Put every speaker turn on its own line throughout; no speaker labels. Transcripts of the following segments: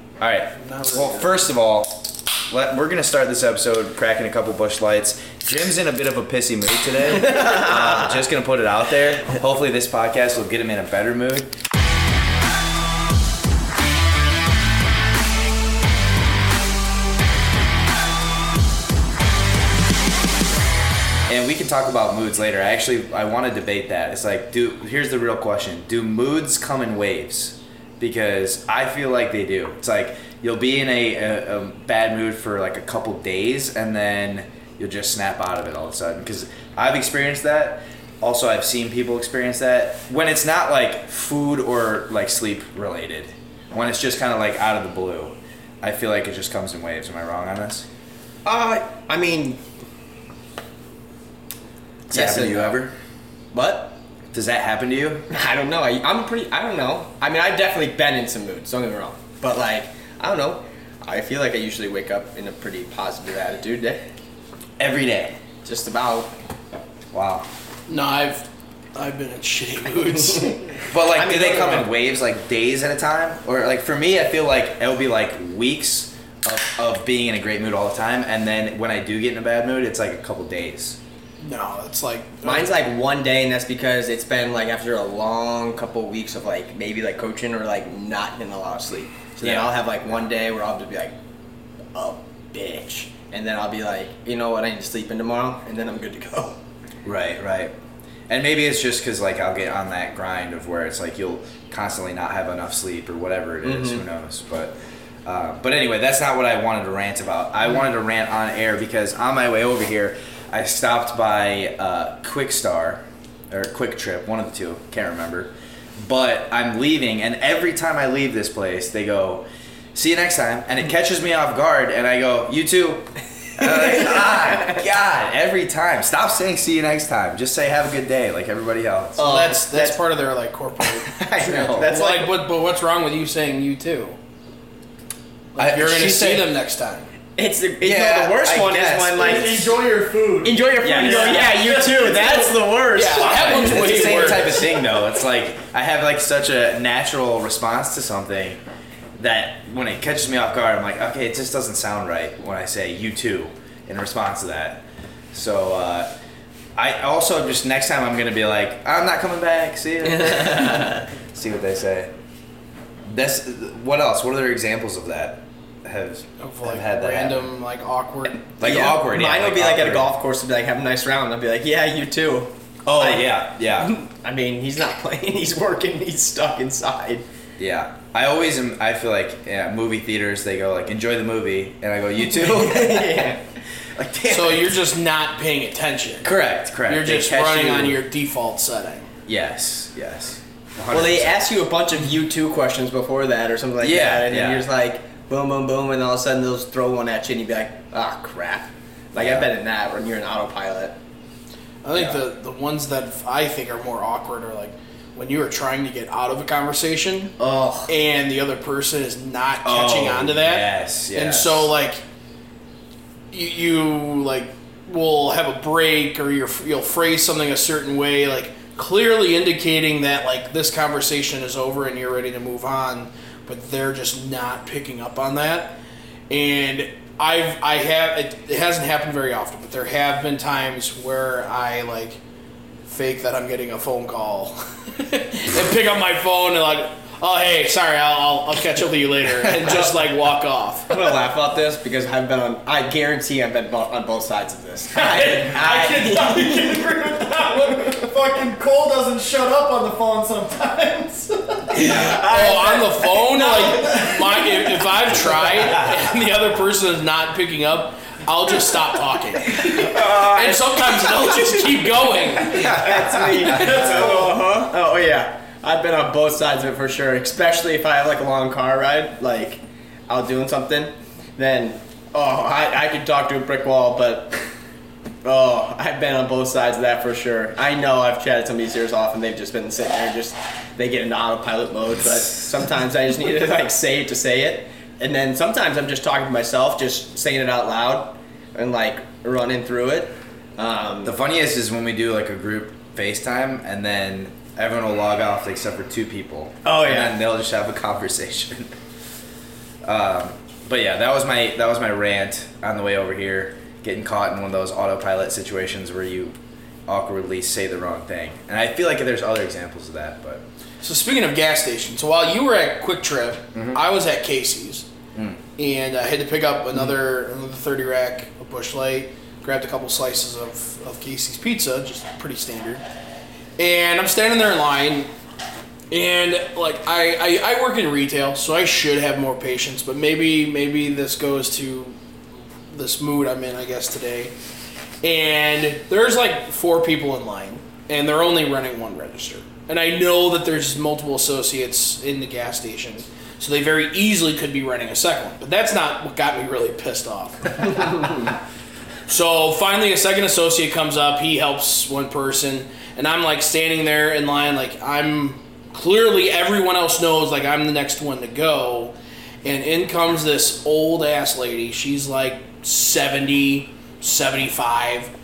All right. Well, first of all, let, we're gonna start this episode cracking a couple bush lights. Jim's in a bit of a pissy mood today. um, just gonna put it out there. Hopefully, this podcast will get him in a better mood. And we can talk about moods later. I actually I want to debate that. It's like, do here's the real question: Do moods come in waves? Because I feel like they do. It's like you'll be in a, a, a bad mood for like a couple days, and then you'll just snap out of it all of a sudden. Because I've experienced that. Also, I've seen people experience that when it's not like food or like sleep related. When it's just kind of like out of the blue, I feel like it just comes in waves. Am I wrong on this?
Uh, I mean,
Does
Yes
that happen to
and
you
no.
ever?
but
Does that happen to you?
I don't know. I, I'm pretty. I don't know. I mean, I've definitely been in some moods. Don't get me wrong. But like, I don't know. I feel like I usually wake up in a pretty positive attitude. eh?
Every day.
Just about.
Wow.
No, I've I've been in shitty moods.
But like,
I mean,
do they come in
uh,
waves, like days at a time, or like for me, I feel like it'll be like weeks of, of being in a great mood all the time, and then when I do get in a bad mood, it's like a couple days.
no, it's like uh,
Mine's like one day, and that's because it's been like after a long couple weeks of like maybe like coaching or like not getting a lot of sleep. So then
Yeah.
I'll have like one day where I'll just be like a bitch, and then I'll be like, you know what, I need to sleep in tomorrow, and then I'm good to go.
Right, right. And maybe it's just because like I'll get on that grind of where it's like you'll constantly not have enough sleep or whatever it is, Who knows? But uh, but anyway, that's not what I wanted to rant about. I wanted to rant on air because on my way over here, I stopped by uh, Quick Star or Quick Trip, one of the two, can't remember. But I'm leaving, and every time I leave this place, they go, "See you next time," and it catches me off guard, and I go, "You too." And I'm like, ah, God, every time. Stop saying see you next time. Just say have a good day, like everybody else.
well, that's, that's
that's-
part of their like corporate.
I know.
That's
that's
like-
like, what, but what's wrong with you saying you too? Like,
I-
you're gonna
she
see
said-
them next time.
It's the,
Yeah,
yeah, the worst
I
one
guess,
is when
but
like
Enjoy your food.
enjoy your food.
Yeah.
and go, yeah, you too. That's the worst.
that one's
it's
way
the same
worse.
type of thing though. It's like I have like such a natural response to something that when it catches me off guard, I'm like, okay, it just doesn't sound right when I say you too in response to that. So uh, I also just next time I'm gonna be like, I'm not coming back. See you. see what they say. That's what else? What other examples of that have,
Of
have
like
had that happen?
random, like awkward.
like
Yeah.
awkward? yeah,
Mine will be like at a
awkward.
golf course and be like, have a nice round. I'll be like, yeah, you too.
Oh yeah, yeah.
I mean, he's not playing. He's working. He's stuck inside.
Yeah, I always am. I feel like yeah, movie theaters. They go like, enjoy the movie, and I go, you too. like,
yeah.
damn.
So you're just not paying attention.
correct, correct.
You're
They
just
catch
running
you-
on your default setting.
Yes, yes.
Well, they
100%.
ask you a bunch of you two questions before that or something like
Yeah,
that, and then
yeah.
you're just like, boom, boom, boom, and all of a sudden they'll just throw one at you, and you'd be like, ah, crap. Like
Yeah.
I've been in that when you're an autopilot.
I think
Yeah.
the, the ones that I think are more awkward are like when you are trying to get out of a conversation
Oh,
and the other person is not catching
Oh,
on to that.
Yes, yes.
And so like you, you like will have a break or you're, you'll phrase something a certain way like clearly indicating that like this conversation is over and you're ready to move on but they're just not picking up on that and I've I have it, it hasn't happened very often but there have been times where I like fake that I'm getting a phone call and pick up my phone and like oh hey sorry I'll, I'll, I'll catch up with you later and just like walk off
I'm gonna laugh about this because I've been on. I guarantee I've been bo- on both sides of this.
I can, I can agree with that one. Fucking Cole doesn't shut up on the phone sometimes.
Oh, on the phone, like my, if, if I've tried and the other person is not picking up, I'll just stop talking. and sometimes they'll just keep going.
That's me. oh, uh-huh. oh yeah. I've been on both sides of it for sure, especially if I have like a long car ride, like out doing something, then oh I, I could talk to a brick wall, but oh I've been on both sides of that for sure. I know I've chatted some of these ears off and they've just been sitting there just they get into autopilot mode, but sometimes I just need to like say it to say it. And then sometimes I'm just talking to myself, just saying it out loud and like running through it. Um,
the funniest is when we do like a group FaceTime, and then everyone will log off except for two people.
Oh, yeah.
And then they'll just have a conversation. Um, but yeah, that was my that was my rant on the way over here. Getting caught in one of those autopilot situations where you awkwardly say the wrong thing, and I feel like there's other examples of that. But
So speaking of gas stations, so while you were at Quick Trip, I was at Casey's, and I had to pick up another another thirty rack of Bush Light. Grabbed a couple slices of, of Casey's pizza, just pretty standard. And I'm standing there in line, and like I, I I work in retail, so I should have more patience. But maybe maybe this goes to this mood I'm in, I guess today. And there's like four people in line, and they're only running one register. And I know that there's multiple associates in the gas station, so they very easily could be running a second one. But that's not what got me really pissed off. So finally, a second associate comes up. He helps one person, and I'm like standing there in line, like I'm clearly everyone else knows, like I'm the next one to go. And in comes this old ass lady. She's like 70, 75,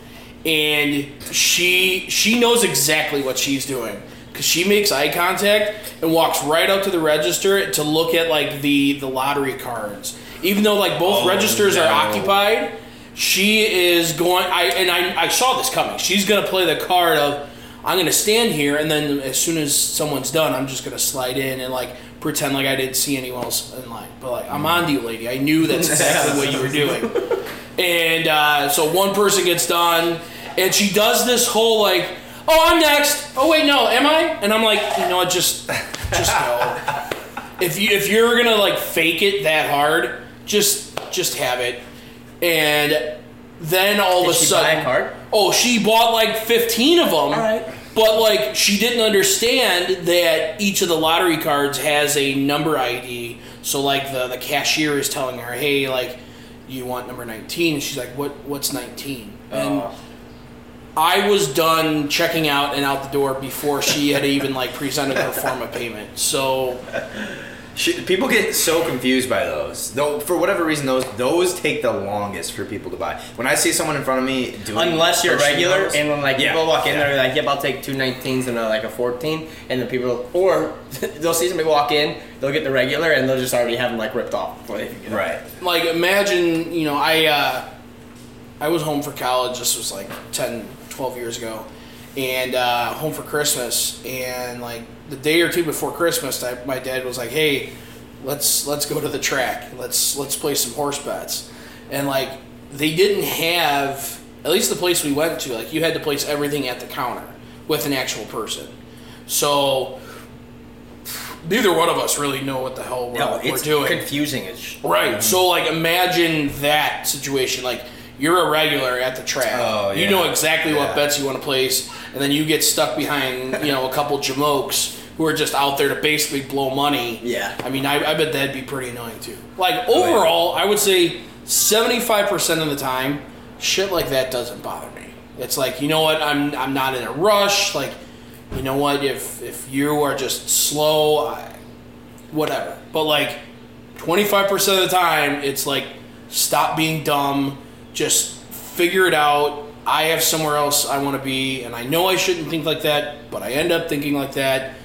and she she knows exactly what she's doing because she makes eye contact and walks right up to the register to look at like the the lottery cards. Even though like both registers are
no.
occupied occupied. She is going. I and I, I saw this coming. She's gonna play the card of I'm gonna stand here, and then as soon as someone's done, I'm just gonna slide in and like pretend like I didn't see anyone else in line. But like I'm on to you, lady. I knew that's exactly what you were doing. And uh, so one person gets done, and she does this whole like, oh, I'm next. Oh wait, no, am I? And I'm like, you know, what, just just go if you if you're gonna like fake it that hard, just just have it. And then all of a
Did she buy
sudden,
a card?
oh, she bought like fifteen of them.
right.
But like she didn't understand that each of the lottery cards has a number ID. So like the the cashier is telling her, hey, like you want number nineteen? And she's like, what what's nineteen? And
Oh.
I was done checking out and out the door before she had even like presented her form of payment. So
Sh- people get so confused by those. Though for whatever reason, those those take the longest for people to buy. When I see someone in front of me doing,
Unless you're
pushing
regular,
those-
and when like
Yeah,
people walk in,
yeah.
they're like, "Yep, I'll take two 19s and a, like a 14." And the people, or they'll see somebody walk in, they'll get the regular, and they'll just already have them like ripped off. before they even get it.
right.
like imagine you know i uh, i was home for college this was like 10 12 years ago and uh, home for christmas and like the day or two before christmas I, my dad was like hey let's let's go to the track let's let's play some horse bets and like they didn't have at least the place we went to like you had to place everything at the counter with an actual person so neither one of us really know what the hell we're,
No,
we're
it's
doing
confusing. It's sh-
Right. So like imagine that situation. Like you're a regular at the track.
Oh,
You
yeah.
know exactly
Yeah.
what bets you want to place, and then you get stuck behind, you know, a couple jamokes who are just out there to basically blow money.
Yeah.
I mean, I, I bet that'd be pretty annoying too. Like
Oh,
overall, I would say seventy five percent of the time, shit like that doesn't bother me. It's like, you know what, I'm I'm not in a rush, like you know what, if if you are just slow, I, whatever. But like 25% of the time, it's like, stop being dumb, just figure it out. I have somewhere else I want to be, and I know I shouldn't think like that, but I end up thinking like that.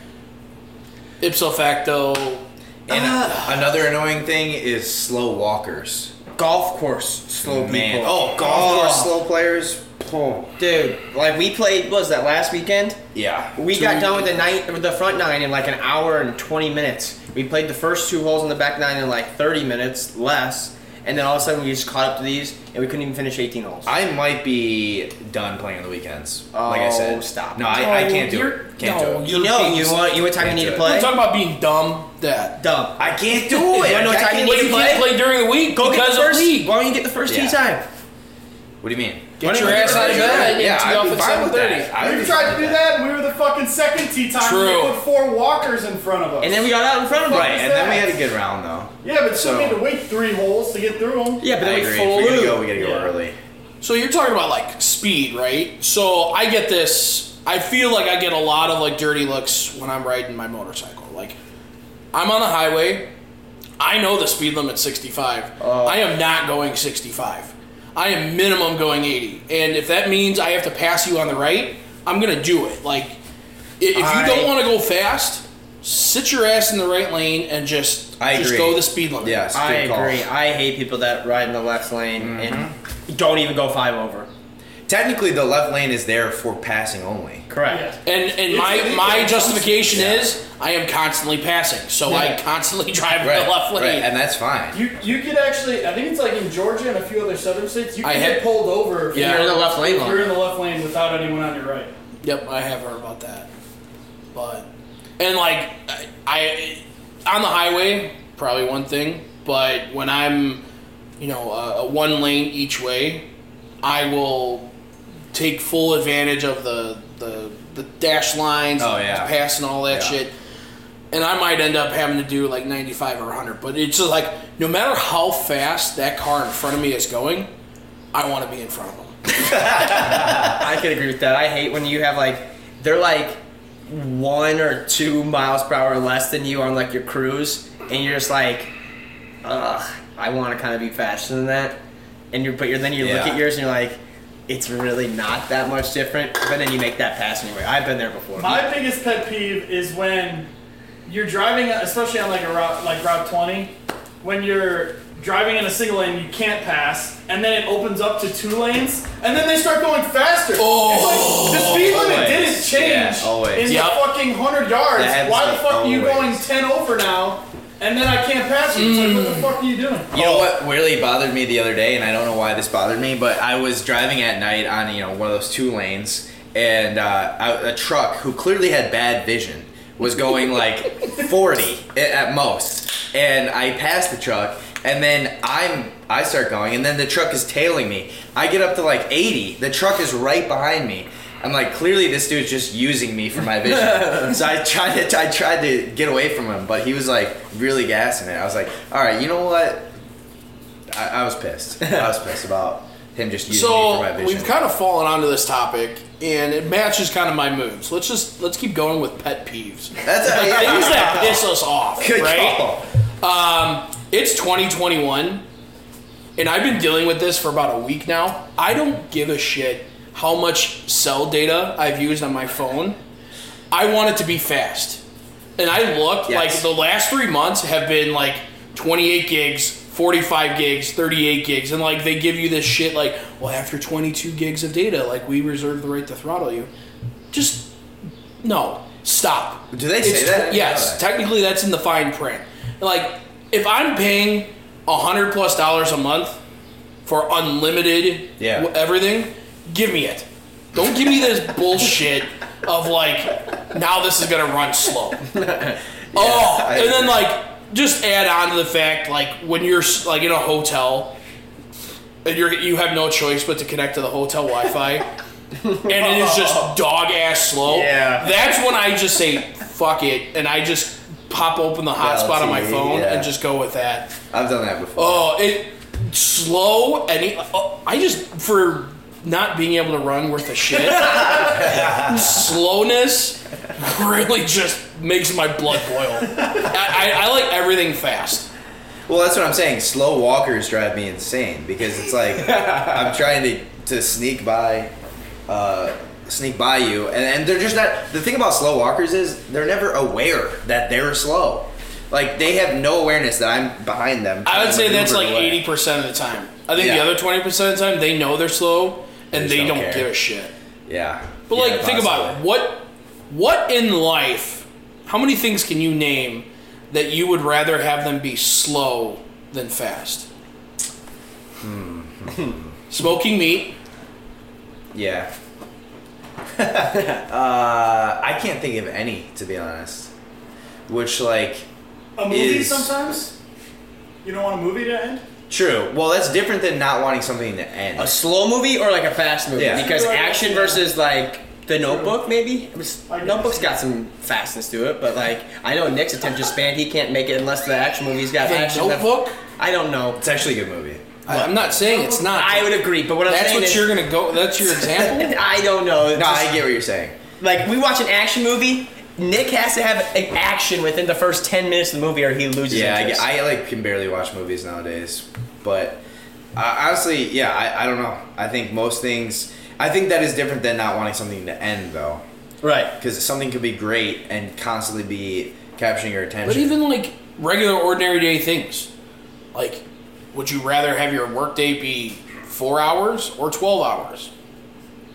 Ipso facto,
Uh,
And
Ah.
another annoying thing is slow walkers.
golf course slow
Man,
people.
oh golf course
Oh,
slow players. Oh.
dude. Like we played, what was that last weekend?
Yeah,
We got done with the night, with the front nine in like an hour and twenty minutes. We played the first two holes in the back nine in like thirty minutes less, and then all of a sudden we just caught up to these, and we couldn't even finish eighteen holes.
I might be done playing on the weekends. like I
Oh,
said,
stop.
No, I, I
Oh,
can't do
you're-
it. Can't
no,
do it.
you know, you
Europeans-
want you what time you
Can't
need
do
to
it.
we're
play?
talking about being dumb. That.
Dumb.
I can't do it.
You wanna know what
I
time
can't-
you
What
need
you
to
can't
play?
play during the week
Go get
because
the first.
of league.
Why don't you get the first
Yeah.
tee time?
What do you mean?
Get your ass out of bed and
yeah,
tee
I'd
off
be
at
fine with that.
7:30.
I'd
We
be
tried
fine
to
with
do that. and We were the fucking second tee time. and
True.
They put four walkers in front of us.
And then we got out in front of them.
Right.
Right, and then we had a good round though.
yeah, but
So-
so we had to wait three holes to get through them.
Yeah, but
I
then
agree.
we
If
full
we're gonna
loop.
go, we gotta go
Yeah.
early.
So you're talking about like speed, right? So I get this. I feel like I get a lot of like dirty looks when I'm riding my motorcycle. Like I'm on the highway. I know the speed limit's 65.
Uh.
I am not going 65. I am minimum going 80. And if that means I have to pass you on the right, I'm gonna do it. Like i- if you
I-
don't want to go fast, sit your ass in the right lane and just
I
Just
agree.
go the speed limit.
Yes,
I
good call.
agree. I hate people that ride in the left lane
Mm-hmm.
and don't even go five over.
Technically, the left lane is there for passing only.
Correct.
And and
It's
my
illegal.
my justification is I am constantly passing, so I
Yeah.
constantly drive in
Right,
the left lane.
right, and that's fine.
You you could actually I think it's like in Georgia and a few other southern states you
I
can
had-
get pulled over if
Yeah.
You're in the left lane
you're, if you're
line.
in the left lane without anyone on your right.
Yep, I have heard about that. But and like I, I on the highway probably one thing, but when I'm you know a, a one lane each way, I will take full advantage of the the, the dash lines,
Oh, yeah.
the pass and all that
Yeah.
shit. And I might end up having to do like 95 or 100, but it's just like no matter how fast that car in front of me is going, I want to be in front of them.
I could agree with that. I hate when you have like they're like one or two miles per hour less than you on like your cruise, and you're just like, ugh, I want to kind of be faster than that. And you but you're then you look
Yeah.
at yours and you're like, it's really not that much different. But then you make that pass anyway. I've been there before.
My biggest pet peeve is when you're driving, especially on like a route like Route 20, when you're driving in a single lane, you can't pass, and then it opens up to two lanes, and then they start going faster.
Oh.
it's like the speed limit
Always.
didn't change
Yeah, always.
in
Yep.
the fucking hundred yards.
That's
Why the
like
fuck are you going
always.
ten over now? And then I can't pass you. It's like,
Mm.
what the fuck are you doing?
You
Oh.
know what really bothered me the other day, and I don't know why this bothered me, but I was driving at night on you know one of those two lanes, and uh, a, a truck who clearly had bad vision was going like 40 a- at most, and I passed the truck, and then I'm I start going, and then the truck is tailing me. I get up to like 80, the truck is right behind me. I'm like, clearly this dude's just using me for my vision. so I tried to, I tried to get away from him, but he was like really gassing it. I was like, all right, you know what? I, I was pissed. I was pissed about him just using me for my
so
vision.
we've kind of fallen onto this topic and it matches kind of my mood so let's just let's keep going with pet peeves
That's a,
things that piss us off
good
right
call.
it's 2021 and i've been dealing with this for about a week now i don't give a shit how much cell data i've used on my phone i want it to be fast and i look like
Yes.
the last three months have been like 28 gigs 45 gigs 38 gigs and like they give you this shit like well after 22 gigs of data like we reserve the right to throttle you just no stop
Do they say
it's
that? I didn't
yes,
know that.
technically that's in the fine print. Like, if I'm paying a hundred plus dollars a month for unlimited
Yeah.
w- everything, give me it. Don't give me this bullshit of like now this is gonna run slow. oh,
I
and then
agree.
like just add on to the fact like when you're s- like in a hotel and you're you have no choice but to connect to the hotel Wi-Fi. and it is just dog ass slow.
Yeah.
That's when I just say fuck it, and I just pop open the hotspot on my
LTE,
phone
E, yeah.
and just go with that.
I've done that before.
Oh, it slow and it, oh, I just for not being able to run worth a shit. slowness really just makes my blood boil. I, I, I like everything fast.
Well, that's what I'm saying. Slow walkers drive me insane because it's like I'm trying to, to sneak by, uh, sneak by you, and, and they're just not. The thing about slow walkers is they're never aware that they're slow. Like they have no awareness that I'm behind them.
I would
I'm
say that's
Ubered
like
away.
eighty percent of the time. I think the
Yeah.
other twenty percent of the time they know they're slow and
just
they
don't
don't,
care.
give a shit.
Yeah.
But
Yeah,
like, think about it.
possibly.
What, what in life? How many things can you name that you would rather have them be slow than fast?
Hmm.
Smoking meat.
Yeah. uh, I can't think of any to be honest. Which like
A movie
Is-
sometimes. You don't want a movie to end.
true. Well, that's different than not wanting something to end.
a slow movie or like a fast movie?
Yeah.
Because
Like,
action
yeah.
versus like the Notebook, maybe. It was,
I guess,
Notebook's
yeah.
got some fastness to it, but like I know Nick's attention span, he can't make it unless the action movie's got
The
action. that-
Notebook?
I don't know.
it's actually a good movie.
I, am not saying it's not.
I would agree, but what I'm
that's
saying
what
is,
you're gonna go. That's your example.
I don't know. It's
No,
just-
I get what you're saying.
Like we watch an action movie, Nick has to have an action within the first ten minutes of the movie, or he loses.
Yeah, I,
interest.
get- I like can barely watch movies nowadays, but uh, honestly, yeah, I, I don't know. I think most things. I think that is different than not wanting something to end though,
right.
because something could be great and constantly be capturing your attention.
but even like regular, ordinary day things. Like, would you rather have your workday be four hours or 12 hours?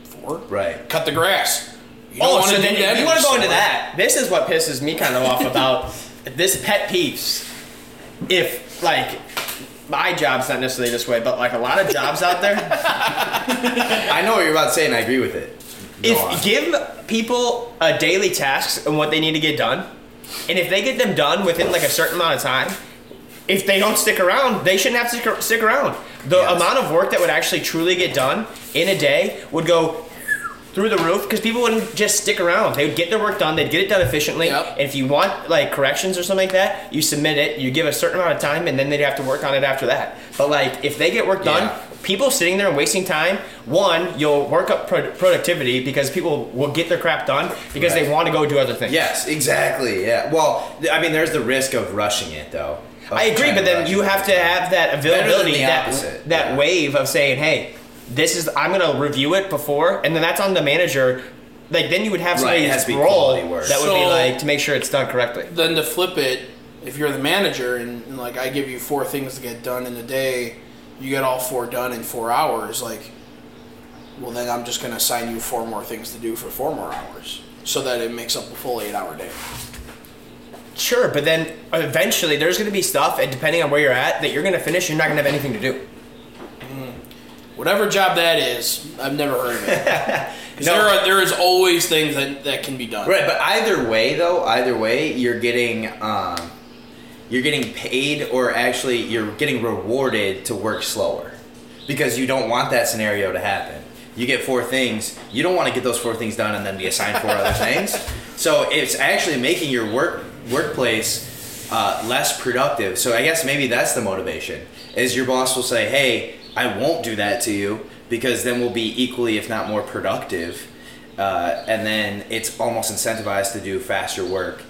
Four?
Right.
Cut the grass. You don't
Oh,
wanna
so
do
then
that
you, want to go into
yourself.
that? This is what pisses me kind of off about this pet peeves. If like my job's not necessarily this way, but like a lot of jobs out there,
I know what you're about to say, and I agree with it. Go on.
if give people a daily tasks and what they need to get done, and if they get them done within like a certain amount of time, if they don't stick around, they shouldn't have to stick- stick around. The
Yes.
amount of work that would actually truly get done in a day would go through the roof because people wouldn't just stick around. They would get their work done, they'd get it done efficiently.
Yep.
And if you want like corrections or something like that, you submit it, you give a certain amount of time, and then they'd have to work on it after that. But like if they get work done,
Yeah.
people sitting there and wasting time, one, you'll work up pro- productivity because people will get their crap done because they
Right.
want to go do other things.
Yes, exactly. Yeah. Well, th- I mean, there's the risk of rushing it, though. Of
I agree,
trying
but
to
then
rush
you
it.
have to have that
than
availability,
the
that,
opposite,
that
yeah.
wave of saying, "Hey, this is I'm going to review it before," and then that's on the manager. Like then you would have
Right,
somebody
it has to be
role
quality work.
that would be
So-
like to make sure it's done correctly.
Then to flip it, if you're the manager and, and, like I give you four things to get done in a day, you get all four done in four hours. Like, well, then I'm just gonna assign you four more things to do for four more hours, so that it makes up a full eight-hour day.
Sure, but then eventually there's going to be stuff, and depending on where you're at, that you're going to finish, you're not going to have anything to do.
Whatever job that is, I've never heard of it. 'Cause
No.
there are there is always things that, that can be done.
Right, but either way, though, either way, you're getting um, you're getting paid, or actually, you're getting rewarded to work slower because you don't want that scenario to happen. You get four things, you don't want to get those four things done and then be assigned four other things. So it's actually making your work workplace uh, less productive. So I guess maybe that's the motivation. Is your boss will say, "Hey, I won't do that to you because then we'll be equally, if not more, productive." uh, and then it's almost incentivized to do faster work,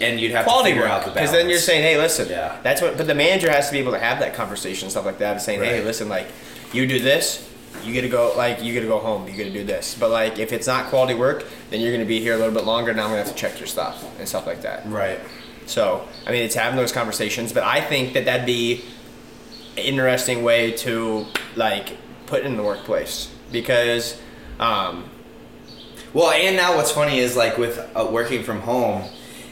and you'd have to
Quality
figure
work,
out the balance.
because then you're saying, "Hey, listen,
Yeah.
that's what." But the manager has to be able to have that conversation, and stuff like that, and saying, "Hey,
Right.
listen, like you do this." You gotta go like you gotta go home. You gotta do this, but like if it's not quality work, then you're gonna be here a little bit longer. Now I'm gonna have to check your stuff and stuff like that.
right.
So, I mean, it's having those conversations, but I think that that'd be an interesting way to like put in the workplace because um,
Well, and now what's funny is like with uh, working from home,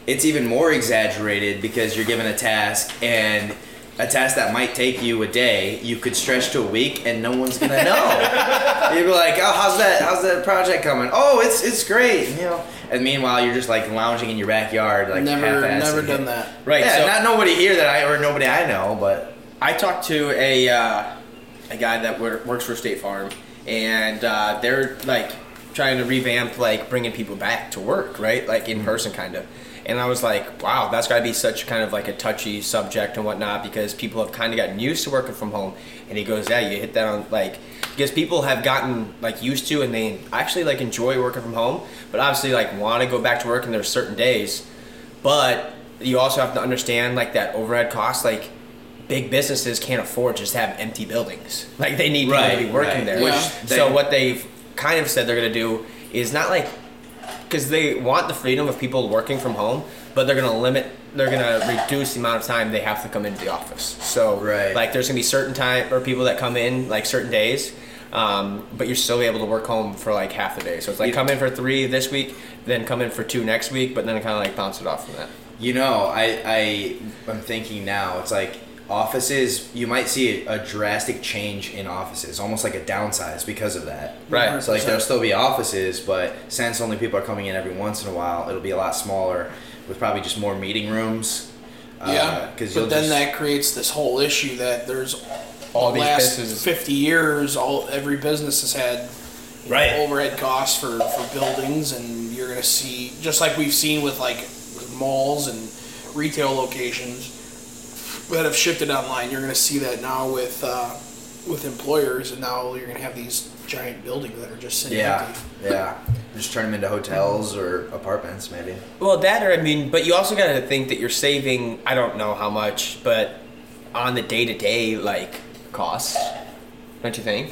it's even more exaggerated because you're given a task and. A task that might take you a day, you could stretch to a week, and no one's gonna know. You'd be like, "Oh, how's that? How's that project coming? Oh, it's it's great." You know. And meanwhile, you're just like lounging in your backyard, like
never
half-assed
never
and-
done that.
right.
Yeah,
so
not nobody here that I or nobody I know, but
I talked to a uh, a guy that wor- works for State Farm, and uh, they're like trying to revamp like bringing people back to work, right? Like in person, kind of. And I was like, wow, that's got to be such kind of like a touchy subject and whatnot because people have kind of gotten used to working from home. And he goes, yeah, you hit that on like because people have gotten like used to and they actually like enjoy working from home, but obviously like want to go back to work. And there's certain days but you also have to understand like that overhead cost like big businesses can't afford just to have empty buildings like they need people to be
Right,
working
right.
there
Which
so
they-
what they've kind of said they're going to do is not like because they want the freedom of people working from home but they're going to limit they're going to reduce the amount of time they have to come into the office so
Right.
like there's going to be certain time or people that come in like certain days um, but you're still able to work home for like half the day so it's like
You-
come in for three this week then come in for two next week but then kind of like bounce it off from that
You know, I I I'm thinking now. It's like offices. You might see a, drastic change in offices, almost like a downsize because of that.
Right.
So like there'll still be offices, but since only people are coming in every once in a while, it'll be a lot smaller, with probably just more meeting rooms. Uh,
Uh,
Yeah,
Because
but then that creates this whole issue that there's
All
the
these
last
businesses-
fifty years, all every business has had you know,
Right.
overhead costs for for buildings, and you're gonna see just like we've seen with like with malls and retail locations that have shifted online. You're gonna see that now with uh, with employers, and now you're gonna have these giant buildings that are just sitting
Yeah.
empty.
Yeah. Just turn them into hotels or apartments, maybe.
Well, that or I mean, but you also got to think that you're saving. I don't know how much, but on the day to day like costs, don't you think?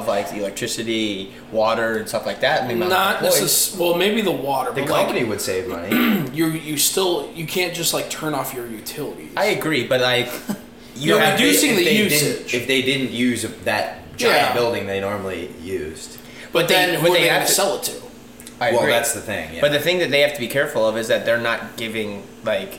of like the electricity, water, and stuff like that. and the amount of
Not
employees.
necessarily. Well, maybe the water.
The
but
company would save money.
like, you you still you can't just like turn off your utilities.
I agree, but like
You're
have to-
reducing
if
the
they
They
didn't-
usage.
didn't- if they didn't use that giant
Yeah.
building they normally used.
but
they-
then
but
who are
they
they
have
going to
to-
sell it to?
I
well,
agree.
that's the thing. Yeah.
But the thing that they have to be careful of is that they're not giving like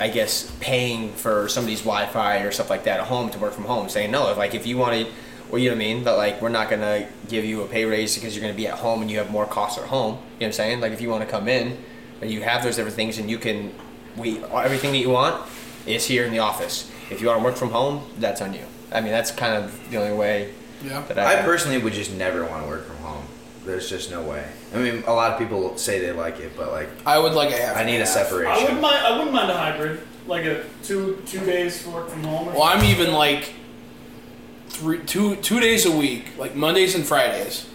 I guess paying for somebody's Wi-Fi or stuff like that at home to work from home, saying no, if like if you want to, well, you know what I mean. But like we're not gonna give you a pay raise because you're gonna be at home and you have more costs at home. You know what I'm saying? Like if you want to come in, and you have those different things, and you can, we everything that you want is here in the office. If you want to work from home, that's on you. I mean, that's kind of the only way
Yeah.
that
I
I.
personally would just never want to work from home. There's just no way. I mean, a lot of people say they like it, but like,
I would like a half.
I need a
I
separation.
wouldn't mind. I wouldn't mind a hybrid, like a two two days to work from home. Or
Well, I'm even like three, two, two days a week, like Mondays and Fridays.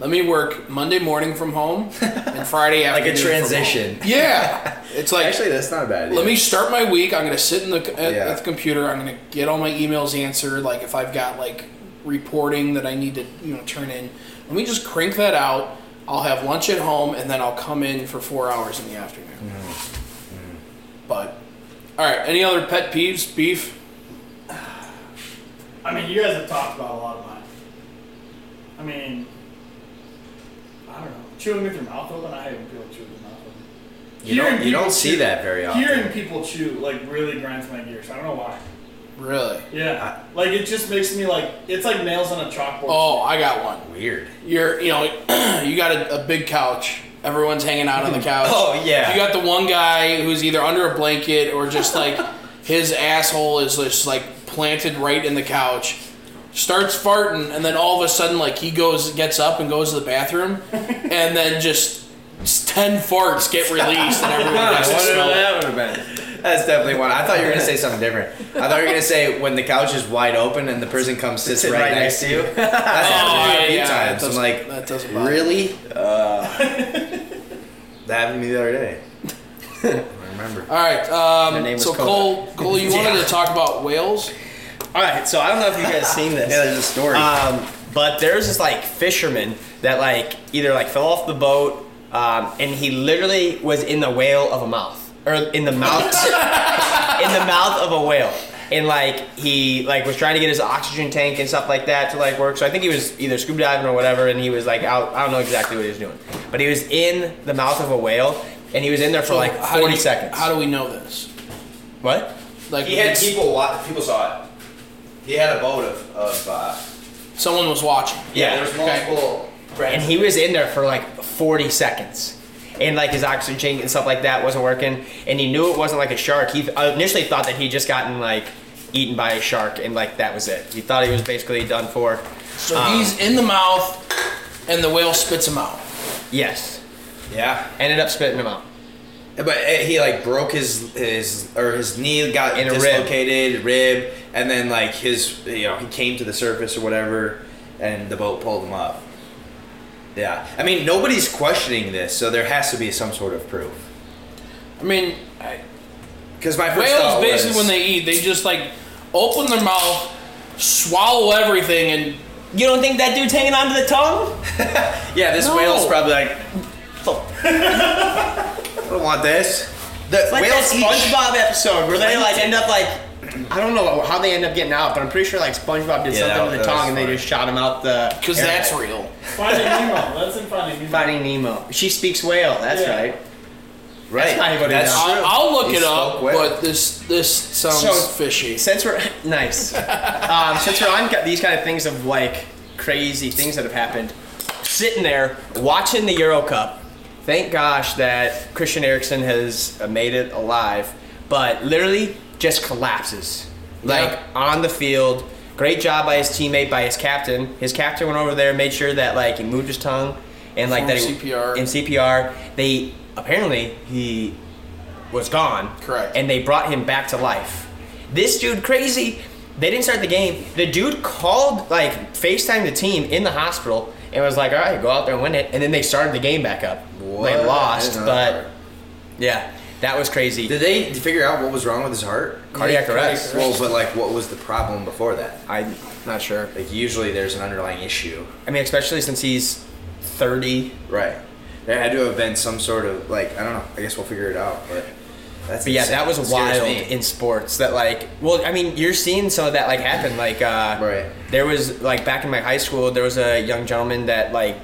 Let me work Monday morning from home and Friday
Like
afternoon.
a
from home.
transition.
Yeah, it's like
Actually, that's not a bad idea.
let me start my week. I'm gonna sit in the at,
Yeah.
at the computer. I'm gonna get all my emails answered. Like if I've got like reporting that I need to you know turn in, let me just crank that out. I'll have lunch at home and then I'll come in for four hours in the afternoon. But all right, any other pet peeves? Beef?
I mean, you guys have talked about a lot of mine. I mean, I don't know. Chewing with your mouth open, I haven't feel chewing with your mouth open.
You don't,
Hearing
you don't
people
see
chew-
that very often.
Hearing people chew like really grinds my gears. I don't know why.
Really?
Yeah, like it just makes me like it's like nails on a chalkboard.
Oh, I got one.
Weird.
you're you know you got a, a big couch everyone's hanging out on the couch
Oh, yeah.
you got the one guy who's either under a blanket or just like his asshole is just like planted right in the couch starts farting and then all of a sudden like he goes gets up and goes to the bathroom and then just s- 10 farts get released and
Ah,
everyone gets to smell it.
would have been.
That's definitely one. I thought you were gonna say something different. I thought you were gonna say when the couch is wide open and the person comes sits
Sit
right, next to you. That's happened to me a few
yeah, Oh, yeah, that
times. I'm
doesn't-
like,
that doesn't bother me.
really? that happened to me the other day. I remember.
all right
Their name
um,
was
so
Coda.
cole cole you wanted to talk about whales
All right, so I don't know if you guys seen this.
Yeah, there's a story.
Um, but there's this like fisherman that like either like fell off the boat, um, and he literally was in the whale of a mouth, or in the mouth, in the mouth of a whale, and like he like was trying to get his oxygen tank and stuff like that to like work. So I think he was either scuba diving or whatever, and he was like out. I don't know exactly what he was doing, but he was in the mouth of a whale, and he was in there for like
How do
forty
you-
seconds.
how do we know this
what?
like it's-
people. Wa- people saw it. He had a boat of. of uh,
someone was watching
Yeah.
multiple.
And he was in there for like 40 seconds. And like his oxygen tank and stuff like that wasn't working. And he knew it wasn't like a shark. He I initially thought that he'd just gotten like eaten by a shark and like that was it. He thought he was basically done for.
So
Um,
he's in the mouth, and the whale spits him out.
Yes.
Yeah.
Ended up spitting him out.
But eh, he like broke his his or his knee got
In a rib.
dislocated rib. and then like his you know he came to the surface or whatever, and the boat pulled him up. Yeah, I mean nobody's questioning this, so there has to be some sort of proof.
I mean,
Because my first
whales
thought
basically
was,
when they eat, they just like open their mouth, swallow everything, and
You don't think that dude's hanging onto the tongue?
yeah this
No.
whale's probably like I don't want this. The
Like
whales eat
that SpongeBob episode where they
Whales
like end up like I don't know how they end up getting out, but I'm pretty sure like SpongeBob did
Yeah,
something
that
to the
was
tongue and they
funny.
just shot him out the.
because
airway.
that's real.
Finding Nemo. That's in Finding Nemo.
Finding Nemo. She speaks whale. That's
Yeah.
right.
right.
That's not anybody
That's
knows.
true.
I'll, I'll look
He
it up,
spoke whale.
but this this sounds
So-
fishy.
Since we're nice, um, since we're on these kind of things of like crazy things that have happened, sitting there watching the Euro Cup. Thank gosh that Christian Eriksen has uh, made it alive, but literally just collapses like
Yeah.
on the field. Great job by his teammate, by his captain. His captain went over there, and made sure that like he moved his tongue and like that
Performed
he,
CPR.
in CPR. They apparently he was gone.
Correct.
And they brought him back to life. This dude crazy. They didn't start the game. The dude called like FaceTime the team in the hospital and was like, "All right, go out there and win it." And then they started the game back up.
What?
They
I
lost,
didn't know that
but
part.
yeah. That was crazy.
Did they figure out what was wrong with his heart?
Cardiac arrest.
Well, but like, what was the problem before that?
I'm not sure.
Like, usually there's an underlying issue.
I mean, especially since he's 30.
Right. There had to have been some sort of like I don't know. I guess we'll figure it out. But that's
But yeah,
insane.
that was
It scares
wild
me.
in sports. That like, well, I mean, you're seeing some of that like happen. Like, uh,
Right.
There was like back in my high school, there was a young gentleman that like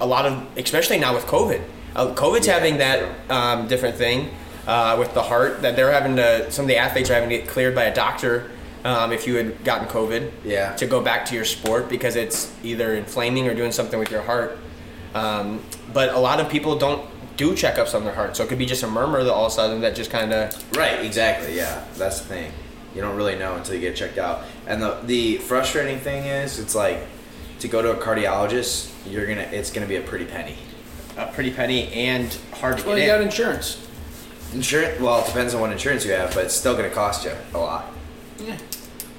a lot of, especially now with COVID. Uh, COVID's
Yeah,
having that
true.
um, different thing uh, with the heart that they're having to. Some of the athletes are having to get cleared by a doctor um, if you had gotten COVID.
Yeah.
To go back to your sport because it's either inflaming or doing something with your heart. Um, but a lot of people don't do checkups on their heart, so it could be just a murmur that all of a sudden that just kind of
Right, exactly. Yeah, that's the thing. You don't really know until you get checked out. And the the frustrating thing is, it's like to go to a cardiologist, you're gonna it's gonna be a pretty penny.
a uh, pretty penny and hard to
Well, you
get
got
in.
insurance.
Insurance. Well, it depends on what insurance you have, but it's still gonna cost you a lot.
Yeah.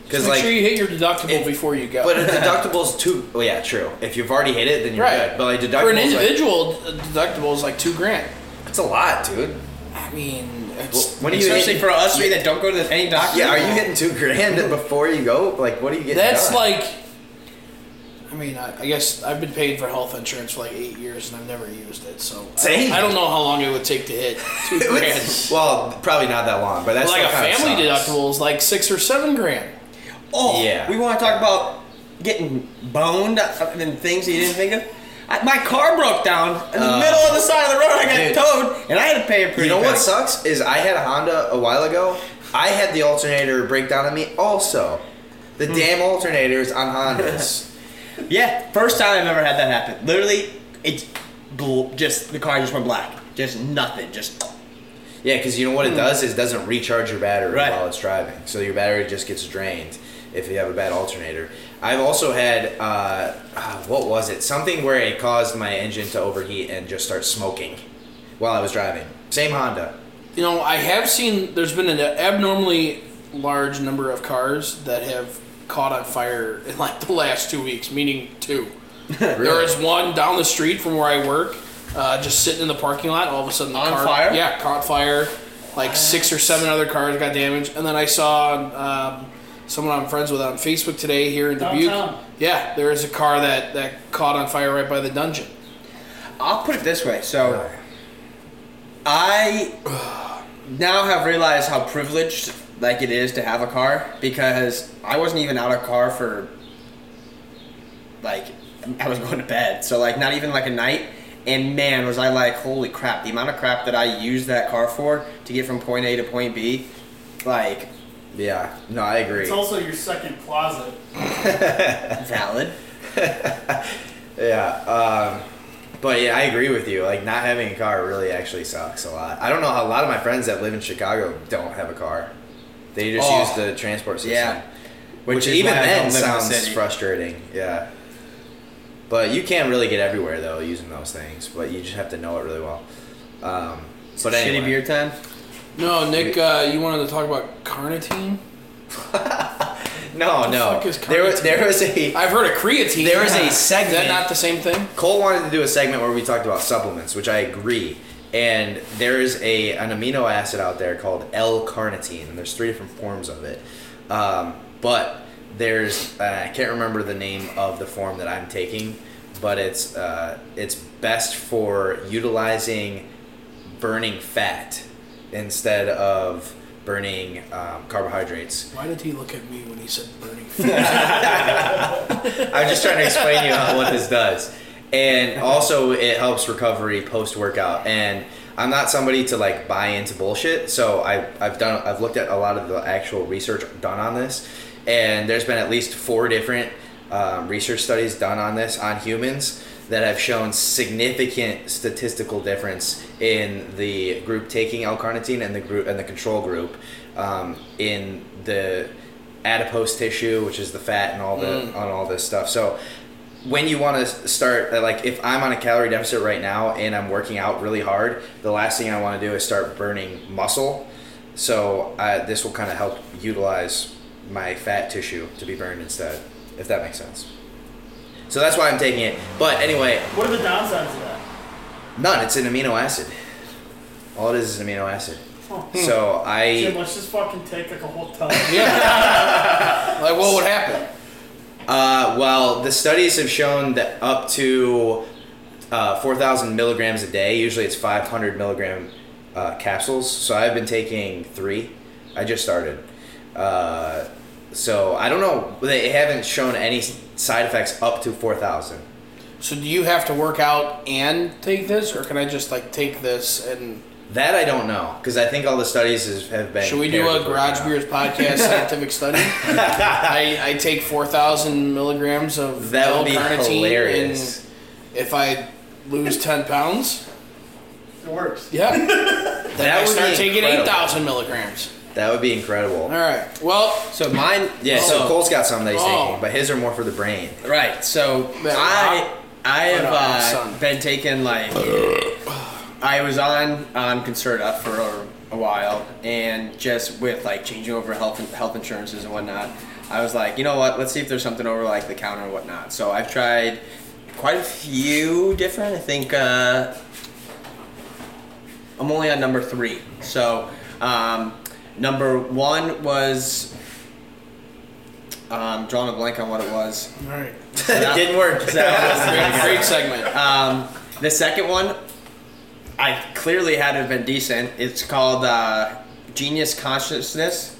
Because
Make
like,
sure you hit your deductible
if-
before you go.
but a deductible's too. Well, yeah, true. If you've already hit it, then you're
right.
good. But like deductible,
for an individual, a deductible is like two grand.
it's a lot, dude.
I mean,
Well,
it's,
when are you
Especially
hitting-
for us three that don't go to the any doctor.
Yeah, are you hitting two grand before you go? Like, what are you getting?
that's
done?
like. I mean, I, I guess I've been paying for health insurance for like eight years and I've never used it, so I-
Same.
I, don't know how long it would take to hit two
It
grand.
was- well, probably not that long, but that's
like a
still kinda
family
sucks.
deductible is like six or seven grand.
Oh,
Yeah.
We want to talk about getting boned uh, and things that you didn't think of. I, my car broke down in the
Uh,
middle of the side of the road. I got
dude.
towed, and I had to pay a pretty.
You know
penny.
what sucks is I had a Honda a while ago. I had the alternator break down on me also. The
Hmm.
damn alternators on Hondas.
Yeah, first time I've ever had that happen. Literally, it's bl- just the car just went black. Just nothing. Just
yeah, because you know what it does is it doesn't recharge your battery
Right.
while it's driving, so your battery just gets drained if you have a bad alternator. I've also had uh, ah, what was it? Something where it caused my engine to overheat and just start smoking while I was driving. Same Honda.
You know, I have seen there's been an abnormally large number of cars that have caught on fire in like the last two weeks, meaning two. There is one down the street from where I work, uh, just sitting in the parking lot. All of a sudden, the
On
car,
fire?
Yeah, caught fire. Like six or seven other cars got damaged, and then I saw um, someone I'm friends with on Facebook today here in Dubuque.
Downtown.
Yeah, there is a car that that caught on fire right by the dungeon.
I'll put it this way. So I now have realized how privileged like it is to have a car because I wasn't even out of car for like I was going to bed. So like not even like a night. And man, was I like, holy crap! The amount of crap that I used that car for to get from point A to point B, like
Yeah. No, I agree.
It's also your second closet.
valid.
Yeah, um, but yeah, I agree with you. Like not having a car really actually sucks a lot. I don't know how a lot of my friends that live in Chicago don't have a car. They just
Oh.
use the transport system.
Yeah.
Which,
is
even
why I
then
don't live in the
sounds
city.
frustrating. Yeah. But you can't really get everywhere though using those things. But you just have to know it really well. Um, but anyway,
Shitty beer time.
No, Nick, uh, you wanted to talk about carnitine.
no, no.
fuck is
There was there was a
I've heard of creatine.
There is a
Is that
segment-
not the same thing?
Cole wanted to do a segment where we talked about supplements, which I agree. And there is a an amino acid out there called L-carnitine, and there's three different forms of it. Um, but there's uh, I can't remember the name of the form that I'm taking, but it's uh, it's best for utilizing burning fat instead of burning um, carbohydrates.
Why did he look at me when he said burning?
I'm just trying to explain to you how, what this does. And also, it helps recovery post workout. And I'm not somebody to like buy into bullshit. So I, I've done, I've looked at a lot of the actual research done on this. And there's been at least four different um, research studies done on this on humans that have shown significant statistical difference in the group taking L-carnitine and the group and the control group um, in the adipose tissue, which is the fat and all the on all this stuff. So when you want to start, uh, like if I'm on a calorie deficit right now and I'm working out really hard, the last thing I want to do is start burning muscle. So uh, this will kind of help utilize my fat tissue to be burned instead, if that makes sense. So that's why I'm taking it. But anyway,
What are the downsides of that?
none. It's an amino acid. All it is is an amino acid. So
Jim,
I
let's just fucking take like a whole ton.
Yeah. like, what would happen?
uh, well, the studies have shown that up to uh, 4,000 milligrams a day. Usually it's 500 milligram uh, capsules. So I've been taking three. I just started. Uh, so I don't know. They haven't shown any s- side effects up to 4,000.
So do you have to work out and take this, or can I just like take this and?
That I don't know because I think all the studies is, have been.
Should we do
paired
a
with
Garage
workout.
Beers podcast scientific study? I, I take four thousand milligrams of
That would be
L-carnitine,
hilarious.
and if I lose ten pounds,
It works.
yeah, then
That
I
would
start
be
taking eight
incredible.
thousand milligrams.
That would be incredible.
All right. Well,
So mine.
Yeah, so
Oh.
Cole's got some that he's
Oh.
taking, but his are more for the brain.
Right. So
Man,
I I
I don't
have
have
uh,
sun.
been taking like I was on on Concerta for a, a while, and just with like changing over health health insurances and whatnot, I was like, you know what? Let's see if there's something over like the counter and whatnot. So I've tried quite a few different. I think uh, I'm only on number three. So um, number one was. Um, drawing a blank on what it was.
all right.
Didn't work.
Great, great segment.
Um, the second one, I clearly had to have been decent. It's called uh, Genius Consciousness,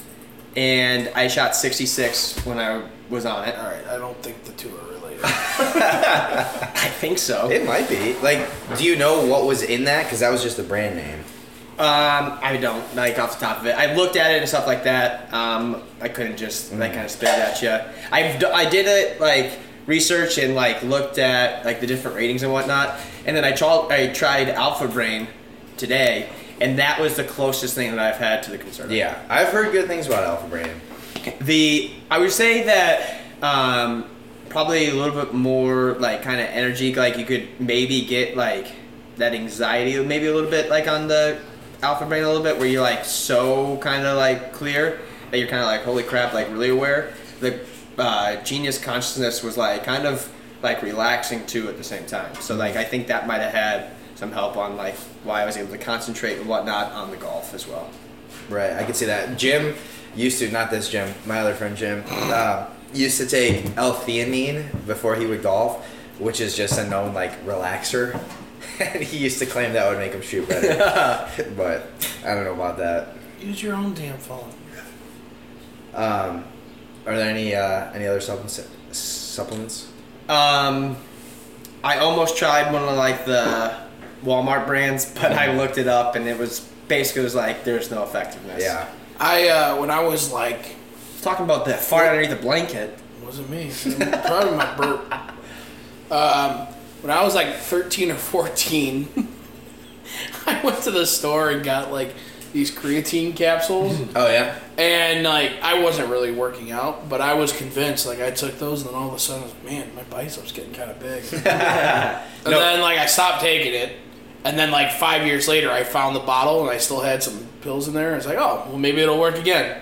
and I shot 66 when I was on it.
All right. I don't think the two are related.
I think so. Um,
It might be. Like, do you know what was in that? Because that was just the brand name.
Um, I don't like off the top of it. I looked at it and stuff like that. Um, I couldn't just like kind of spit it at you. I've d- I did it like research and like looked at like the different ratings and whatnot, and then I tried I tried Alpha Brain today, and that was the closest thing that I've had to the concern.
Yeah, I've heard good things about Alpha Brain.
the I would say that um, probably a little bit more like kind of energy. Like you could maybe get like that anxiety maybe a little bit like on the alpha brain a little bit where you're like so kind of like clear that you're kind of like holy crap like really aware. The uh, genius consciousness was like kind of like relaxing too at the same time. So like I think that might have had some help on like why I was able to concentrate and whatnot on the golf as well.
Right, I can see that. Jim used to, not this Jim, my other friend Jim, uh, used to take L-theanine before he would golf, which is just a known, like, relaxer. and he used to claim that would make him shoot better. but I don't know about that.
Use your own damn phone.
Um, are there any uh, any other supplements? Supplements?
Um, I almost tried one of like the Walmart brands, but I
Mm-hmm.
looked it up and it was basically it was like there's no effectiveness.
Yeah.
I uh, when I was like
Talking about that fart underneath the blanket.
wasn't me. Probably my burp. Um, when I was like 13 or 14, I went to the store and got like these creatine capsules.
Oh yeah.
and like, I wasn't really working out, but I was convinced. Like, I took those, and then all of a sudden, I was, man, my biceps getting kind of big. and then, like, I stopped taking it. And then, like, five years later, I found the bottle and I still had some pills in there. And it's like, oh, well, maybe it'll work again.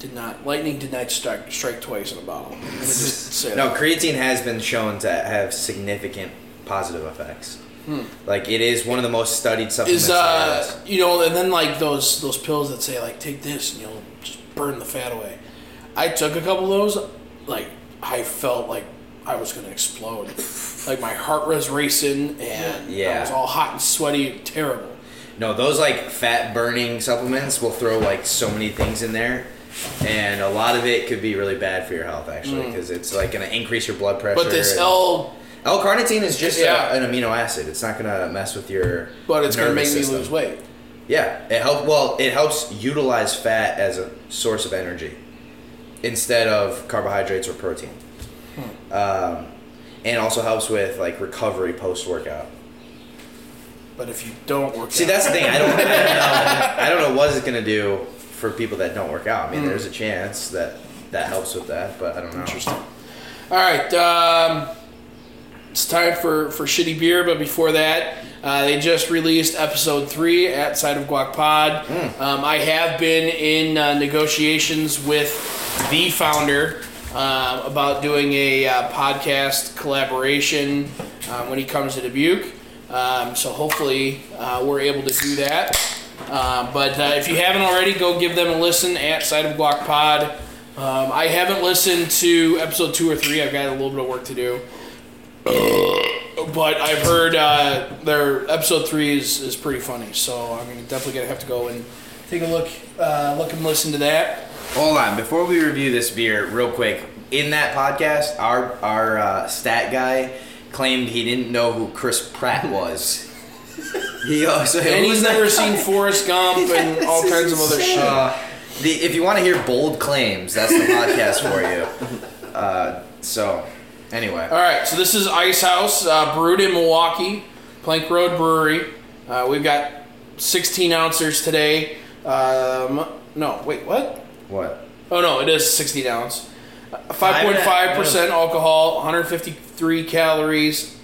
Did not. Lightning did not strike, strike twice in a bottle. Let me just say
No,
that.
creatine has been shown to have significant positive effects. Like it is one of the most studied supplements.
is
there is.
uh you know and then like those those pills that say like take this and you'll just burn the fat away i took a couple of those like i felt like i was gonna explode like my heart was racing and
Yeah.
i was all hot and sweaty terrible
no, those like fat burning supplements will throw like so many things in there, and a lot of it could be really bad for your health actually because it's like gonna increase your blood pressure.
Mm. but this
and-
l
L-carnitine is just a-
Yeah.
an amino acid. It's not gonna mess with your.
but it's gonna
nervous
make
system.
me lose weight
Yeah, it help. Well, it helps utilize fat as a source of energy instead of carbohydrates or protein,
Hmm.
um, and also helps with like recovery post workout.
but if you don't work
See,
out-
that's the thing. I don't. I don't know, I don't know what it's gonna do for people that don't work out. I mean, there's a chance that that helps with that, but I don't know.
Interesting. All right, um, it's time for for shitty beer. But before that, uh, they just released episode three at Side of Guac Pod. Um, I have been in uh, negotiations with the founder uh, about doing a uh, podcast collaboration um, when he comes to Dubuque. Um, so hopefully, uh, we're able to do that. Uh, but uh, if you haven't already, go give them a listen at Side of Block Pod. Um, I haven't listened to episode two or three. I've got a little bit of work to do. But I've heard uh, their episode three is, is pretty funny, so I'm definitely gonna have to go and take a look, uh, look and listen to that.
Hold on, before we review this beer, real quick. In that podcast, our our uh, stat guy claimed he didn't know who Chris Pratt was. he uh, also
And he's
who's that
never
guy?
seen Forrest Gump and all
This is
kinds of other
insane.
shit.
Uh, the, if you want to hear bold claims, that's the podcast for you. Uh, so, anyway,
All right, so this is Ice House, uh, brewed in Milwaukee, Plank Road Brewery. Uh, we've got 16 ounces today. Um, no, wait, what?
what?
Oh no, it is 16 ounce. Uh,
Five and a-
5.5% alcohol, 153 calories,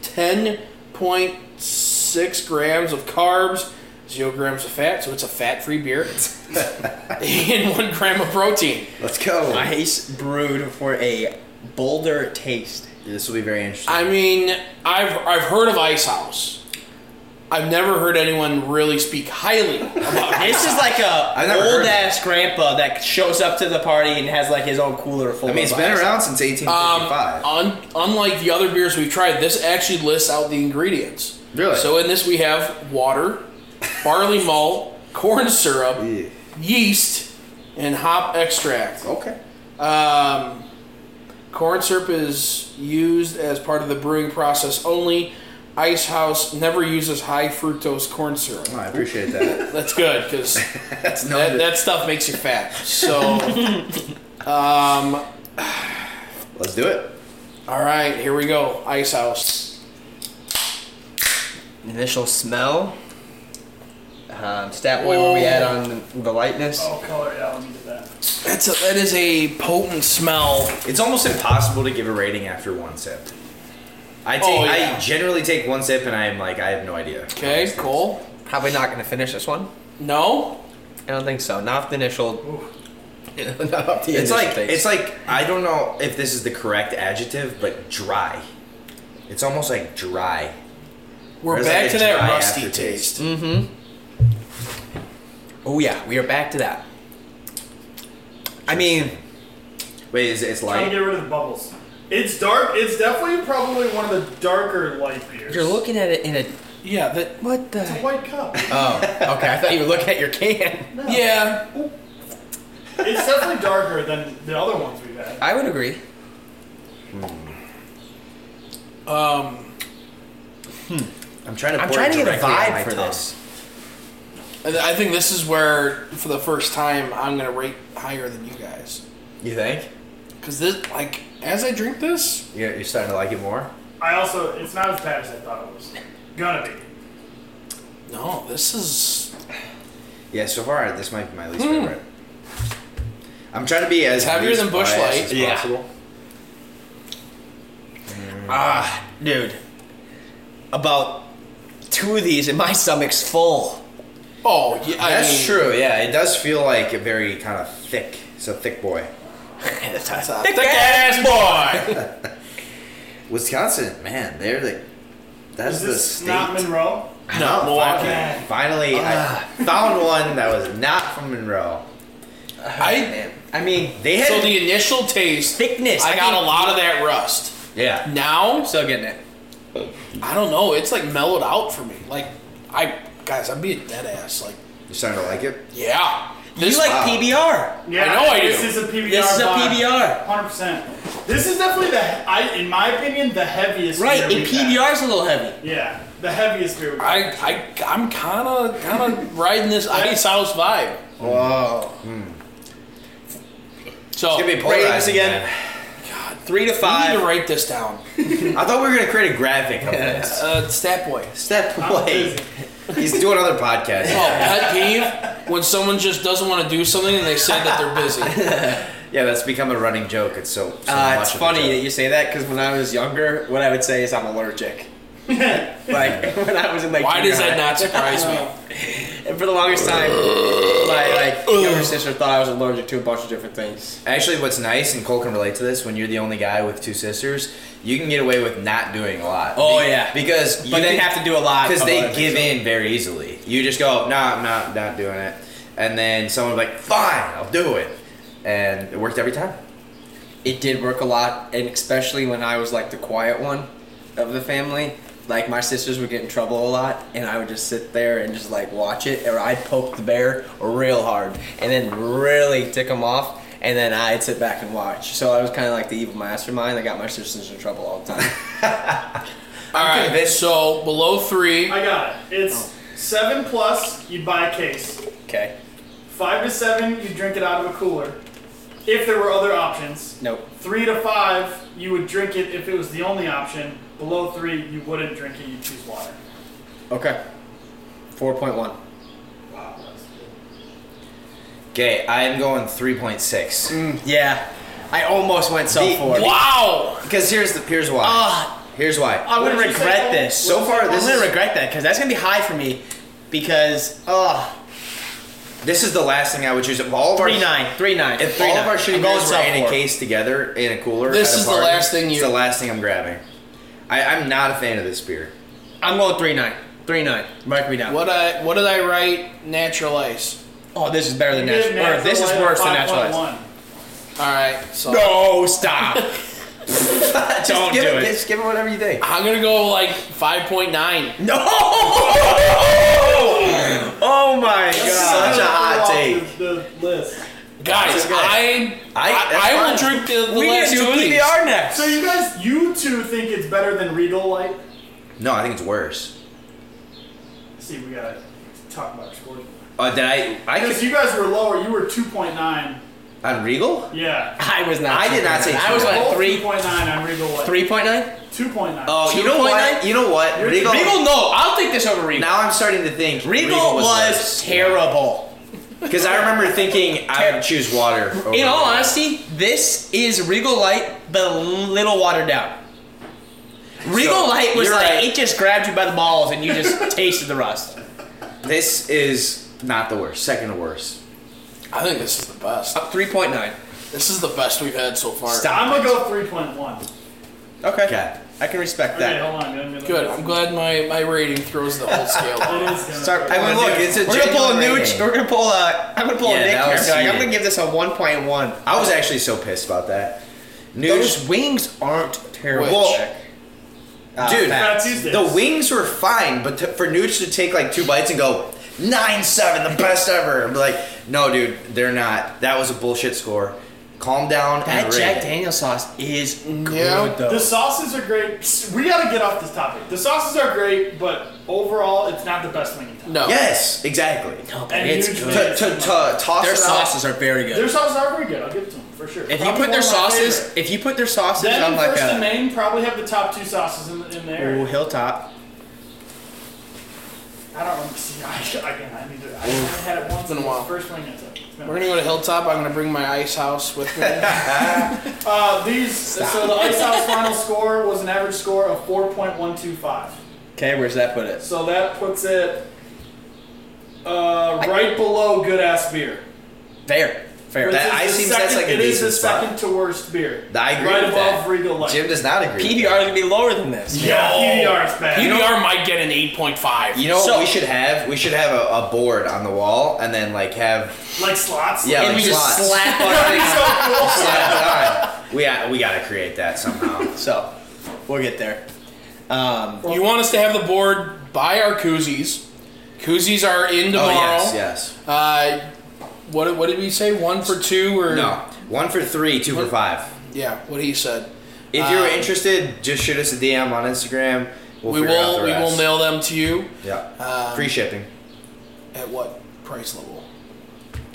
10.6 grams of carbs, zero grams of fat, so it's a fat-free beer, and one gram of protein.
Let's go.
Ice brewed for a bolder taste.
this will be very interesting.
I mean, I've I've heard of Ice House. I've never heard anyone really speak highly about Ice
This is
House.
like a
I've never heard of
old ass grandpa that shows up to the party and has like his own cooler full.
I mean,
of
it's been
ice.
around since 1855.
Um, un, unlike the other beers we've tried, this actually lists out the ingredients.
Really?
So in this we have water, barley malt, corn syrup,
Yeah.
yeast, and hop extract.
okay.
Um, corn syrup is used as part of the brewing process only. Ice House never uses high fructose corn syrup.
Well, I appreciate that.
That's good because
that's no.
that, that stuff makes you fat. So, um,
Let's do it.
all right, here we go. Ice House.
Initial smell. Um, stat what were we at on the lightness?
Oh, color. Yeah, let me get that.
That's a, that is a potent smell.
It's almost impossible to give a rating after one sip. I take.
Oh, yeah.
I generally take one sip and I'm like, I have no idea.
Okay, cool.
Probably not gonna finish this one.
No,
I don't think so. Not off the initial. not off the
It's
initial
like
taste.
it's like I don't know if this is the correct adjective, but dry. It's almost like dry.
we're
There's
back
like a
to that
dry
rusty
aftertaste.
taste.
Oh yeah, we are back to that. I mean,
Wait, is it, it's
Trying to
light?
get rid of the bubbles. It's dark. It's definitely probably one of the darker light beers.
you're looking at it in a
Yeah, that.
what the?
It's a white cup.
Oh, okay. I thought you were looking at your can.
Yeah,
it's definitely darker than the other ones we've had.
I would agree.
um,
I'm trying to.
I'm
pour
trying
it
to get a
directly on
vibe
my
for
tongue.
this.
and I think this is where, for the first time, I'm gonna rate higher than you guys.
You think?
Cause this, like, as I drink this,
You're, you're starting to like it more.
I also, it's not as bad as I thought it was gonna be.
no, this is
Yeah. So far, this might be my least favorite. I'm trying to be as
It's Hmm. heavier
least
than Busch
biased
Light.
as
Yeah.
possible.
Ah, dude. About two of these, and my stomach's full.
oh yeah. I
That's
mean,
true. Yeah, it does feel like a very kind of thick. It's a thick boy.
That's a
It's a
thick
thick ass boy.
Wisconsin, man, they're the. That's
Is
the
this
state.
not Monroe?
No, Milwaukee.
Finally, finally I found one that was not from Monroe.
I
I mean,
They had
so the initial taste
Thickness,
I,
I
got
think-
a lot of that rust.
yeah.
Now
still getting it.
I don't know. It's like mellowed out for me. Like I guys, I'm being dead ass. Like
You starting to like it?
yeah,
You
this
like
wow.
PBR?
Yeah,
I know I
this
do.
is a PBR.
This is a PBR.
Hundred percent. This is definitely the, I, in my opinion, the heaviest.
Right,
beer
and
we've had.
PBR's a little heavy.
Yeah, the heaviest beer. We've had.
I I I'm kind of kind of riding this ice house vibe.
Whoa.
So
Give me
we
ratings
polarizing
again.
again.
Three to
need to
five.
write this down.
I thought we were gonna create a graphic of this.
Uh, stat boy.
Step
I'm
away.
busy.
He's doing other podcasts.
Oh, pet peeve when someone just doesn't want to do something and they say that they're busy.
Yeah, that's become a running joke. It's so. so
Uh,
much
it's
of a
funny
joke.
that you say that because when I was younger, what I would say is I'm allergic. like when I was in like.
Why
junior
does that
high.
not surprise me?
And for the longest time, my like younger sister thought I was allergic to a bunch of different things.
Actually, what's nice, and Cole can relate to this, when you're the only guy with two sisters, you can get away with not doing a lot.
Oh, yeah.
because you
But they
then-
have to do a lot
because
of
they
other
give
things,
in very easily. You just go, no, I'm not not doing it, and then someone's like, fine, I'll do it, and it worked every time.
it did work a lot, and especially when I was like the quiet one of the family. Like my sisters would get in trouble a lot, and I would just sit there and just like watch it, or I'd poke the bear real hard, and then really tick them off, and then I'd sit back and watch. So I was kind of like the evil mastermind that got my sisters in trouble all the time.
All right,
convinced.
so below three.
I got it. It's seven plus. You'd buy a case.
okay,
Five to seven, you'd drink it out of a cooler. If there were other options.
nope.
Three to five, you would drink it if it was the only option. Below three, you wouldn't drink it. You'd choose water.
Okay, four point one.
Wow, that's good.
Okay, I am going three point six.
Yeah, I almost went sub
The-
four.
Wow.
Because here's the here's why.
Ah,
here's why.
I'm
What
gonna
did you say,
regret
Paul?
this.
So far,
I'm
this
gonna
is,
regret that because that's gonna be high for me. Because oh,
this is the last thing I would choose. If all of our
three nine, three nine.
if
three
all
nine.
of our
I'm
shitty
going
beers were
sub
in a
four.
case together in a cooler,
This
at a
is the
party,
last thing
It's
you-
the last thing I'm grabbing. I, I'm not a fan of this beer.
I'm going three nine, three nine. Mark me down.
What I what did I write? Natural ice.
Oh, this is better than
You did
natural. Or
natural
this is
light at
worse than natural.
5.1.
All right, so
No, stop.
Just
Don't
give
do it.
Just give it whatever you think.
I'm gonna go like five point nine.
no. Oh my
Such a
god.
hot
Off
take.
The, the list.
Guys,
okay.
I
I- that's
I, I will
fine.
drink the, the
We need
last
to do
two of these.
PBR next.
So you guys, you two think it's better than Regal Light?
No, I think it's worse.
See, we gotta talk about scores.
Uh, did I? I
Because
could,
you guys were lower. You were two point nine.
on Regal.
Yeah.
I was not.
I did not say
I was
two.
like
Two
three,
point nine on Regal Light.
three point nine.
Two point nine.
Oh, you know
2.9?
what? You know what? Regal.
Regal, no. I'll take this over Regal.
Now I'm starting to think
Regal, was, terrible.
Because I remember thinking I would choose water. over
In all
Regal.
honesty, this is Regal Light, but a little watered down. Regal
So,
Light was
you're
like
right.
it just grabbed you by the balls and you just tasted the rust.
this is not the worst. Second to worst.
I think this is the best.
Three point nine.
This is the best we've had so far.
Stop.
I'm gonna go three point one.
Okay.
Okay.
I can respect
Okay, hold on. I'm gonna-
Good. I'm glad my my rating throws the whole scale. up.
It is gonna
Start.
I mean, look, it's a
We're gonna pull a
genuine
new.
rating.
We're gonna pull a. I'm gonna pull
Yeah,
a Nick
that
here.
was
and be Like, I'm
heated.
gonna give this a one point one.
I was actually so pissed about that. News.
Those wings aren't terrible.
Well,
Nick. Uh,
Dude,
Matt.
Fat Tuesdays.
The wings were fine, but to, for Nooch to take like two bites and go nine seven, the best ever. I'm like, no, dude, they're not. That was a bullshit score. Calm down.
that
and
Jack
rate it.
Daniel sauce is good
Yeah.
though.
The sauces are great. We gotta get off this topic. The sauces are great, but overall, it's not the best wing in town.
No.
Yes, exactly.
No, but
And
it's
huge
To,
good.
wings.
to, to toss
Their
it out-
sauces are very good.
Their sauces are very good. I'll give it to them for sure.
If you
Probably
put their
one of my
sauces,
favorite.
if you put their sauces
Then
on like
First and
a
Main probably have the top two sauces in, in there.
ooh, hilltop,
I don't know. See, I, again, I need to. I haven't had it once
Been a
in
while.
the first wing I took. It's been a
We're gonna go to Hilltop. I'm gonna bring my ice house with me.
Uh, these. So the Ice House final score was an average score of 4.125.
okay, where's that put it?
So that puts it uh, right below Good Ass Beer.
There, fair.
Which
That
is
ice
the
seems- that's
second-
like a
It is the
decent spot.
second to worst beer.
I agree
Right
with
above
that.
Regal Light.
Jim does not agree. with
PBR is gonna be lower than this.
yeah, PBR is bad.
PBR might get an eight point five.
that. You know what
So-
we should have? We should have a, a board on the wall and then like have
like slots.
yeah,
And
like
we just
slots.
slap our things up.
slap it on. We got, we gotta create that somehow.
So, we'll get there. Um,
You want us to have the board buy our koozies. Koozies are in
oh
tomorrow.
yes, yes.
Uh, what what did we say? One for two or
No, one for three, two for five.
Yeah, what he said.
If you're
Uh,
interested, just shoot us a DM on Instagram. We'll
we
figure out
will
the
we
rest.
will mail them to you
Yeah.
Um,
Free shipping.
at what price level?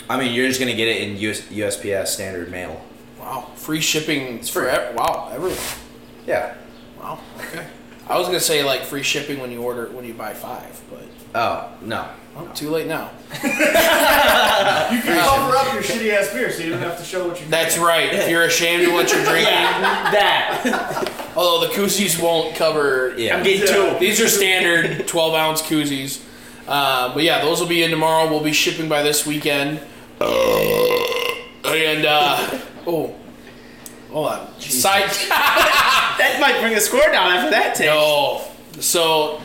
I mean, you're just gonna get it in US, USPS standard mail.
Wow, free shipping
free.
for ev- wow everyone.
Yeah.
Wow, okay. I was gonna say like free shipping when you order when you buy five, but
Oh no.
well, too late now.
You can cover up your shitty ass beer, so you don't have to show what you.
That's right. If you're ashamed of what you're drinking,
that
although the koozies won't cover.
Yeah.
I'm getting two.
These are standard 12 ounce koozies. Uh, but yeah, those will be in tomorrow. We'll be shipping by this weekend. uh, And uh, oh, hold on. Side
that might bring the score down after that take.
No. So,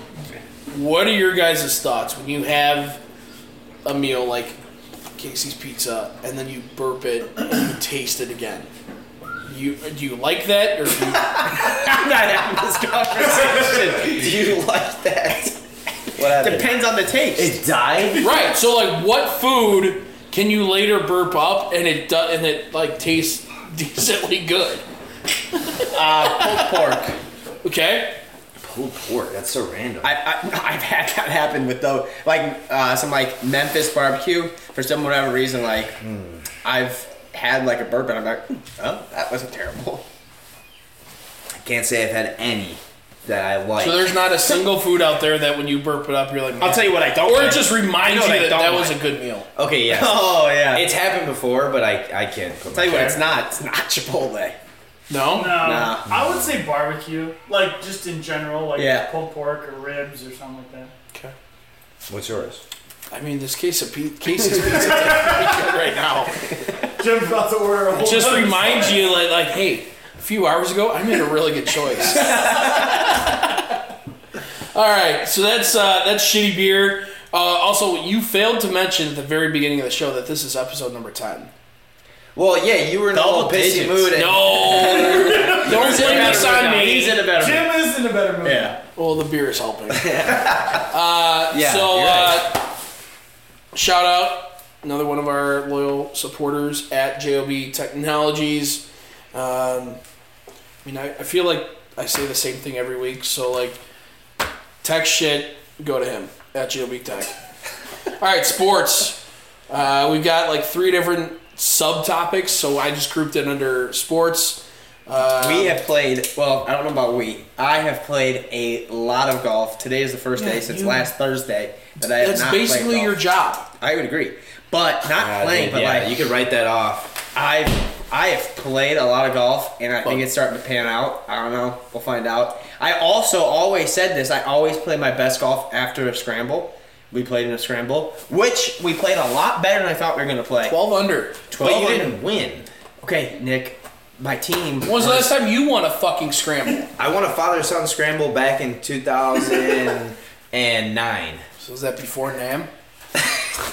what are your guys' thoughts when you have a meal like Casey's Pizza and then you burp it and you taste it again? You do you like that or do you,
I'm not having this conversation.
Do you like that? What happened?
Depends on the taste.
It died.
right? So like, what food can you later burp up and it do, and it like tastes decently good?
pork.
Okay.
Pulled pork. That's so random.
I, I, I've had that happen with though, like uh, some like Memphis barbecue for some whatever reason. Like
Hmm.
I've had like a burp and I'm like, oh, that wasn't terrible.
I can't say I've had any that I like.
So there's not a single food out there that when you burp it up, you're like,
I'll tell you what I don't.
or it
like.
just reminds
I
you
know they
that
don't
that was a
like-
good meal.
okay, yeah.
Oh yeah.
It's happened before, but I, I can't put
tell you
my
what, it's not. It's not Chipotle.
No.
No,
Nah.
I would say barbecue, like just in general, like
Yeah.
pulled pork or ribs or something like that.
Okay.
What's yours?
I mean, this case of pe- Casey's pizza is right now
Jim's about to order a whole.
just
nother-
reminds you, like, like, hey, a few hours ago, I made a really good choice. All right, so that's uh, that's shitty beer. Uh, also, you failed to mention at the very beginning of the show that this is episode number ten.
Well, yeah, you were in a
Double
little pissy
digits.
mood. And
No, don't blame this on
He's
me.
in a better. mood.
Jim is in a better mood.
Yeah.
Well, the beer is helping.
yeah,
so,
you're right.
uh, shout out another one of our loyal supporters at JOB Technologies. Um, I mean, I, I feel like I say the same thing every week. So, like, tech shit, go to him at JOB Tech. All right, sports. Uh, we've got like three different subtopics, so I just grouped it under sports. Uh,
We have played. Well, I don't know about we. I have played a lot of golf. Today is the first day since
you-
last Thursday that I have
that's
not played
basically
golf.
your job.
I would agree, but not
God,
playing.
Ah, dude,
but
yeah,
like
you could write that off.
I've I have played a lot of golf, and I think
Well-
it's starting to pan out. I don't know. We'll find out. I also always said this. I always play my best golf after a scramble. We played in a scramble, which we played a lot better than I thought we were gonna play.
12 under.
But you
12
didn't win.
Okay, Nick, my team.
When was the last time you won a fucking scramble?
I won a father son scramble back in 2009.
So was that before Nam?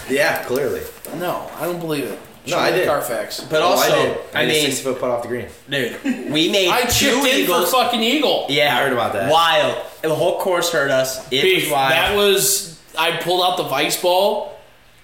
yeah, clearly.
No, I don't believe it.
No, I
Charlie
did.
Carfax.
But
Oh,
also,
I, did. I,
I,
did a
mean,
six foot putt off the green.
dude, we made
I
two
chipped in
eagles.
for fucking eagle.
yeah,
I heard about that.
Wild. The whole course heard us. It
Beef,
was wild.
that was I pulled out the vice ball,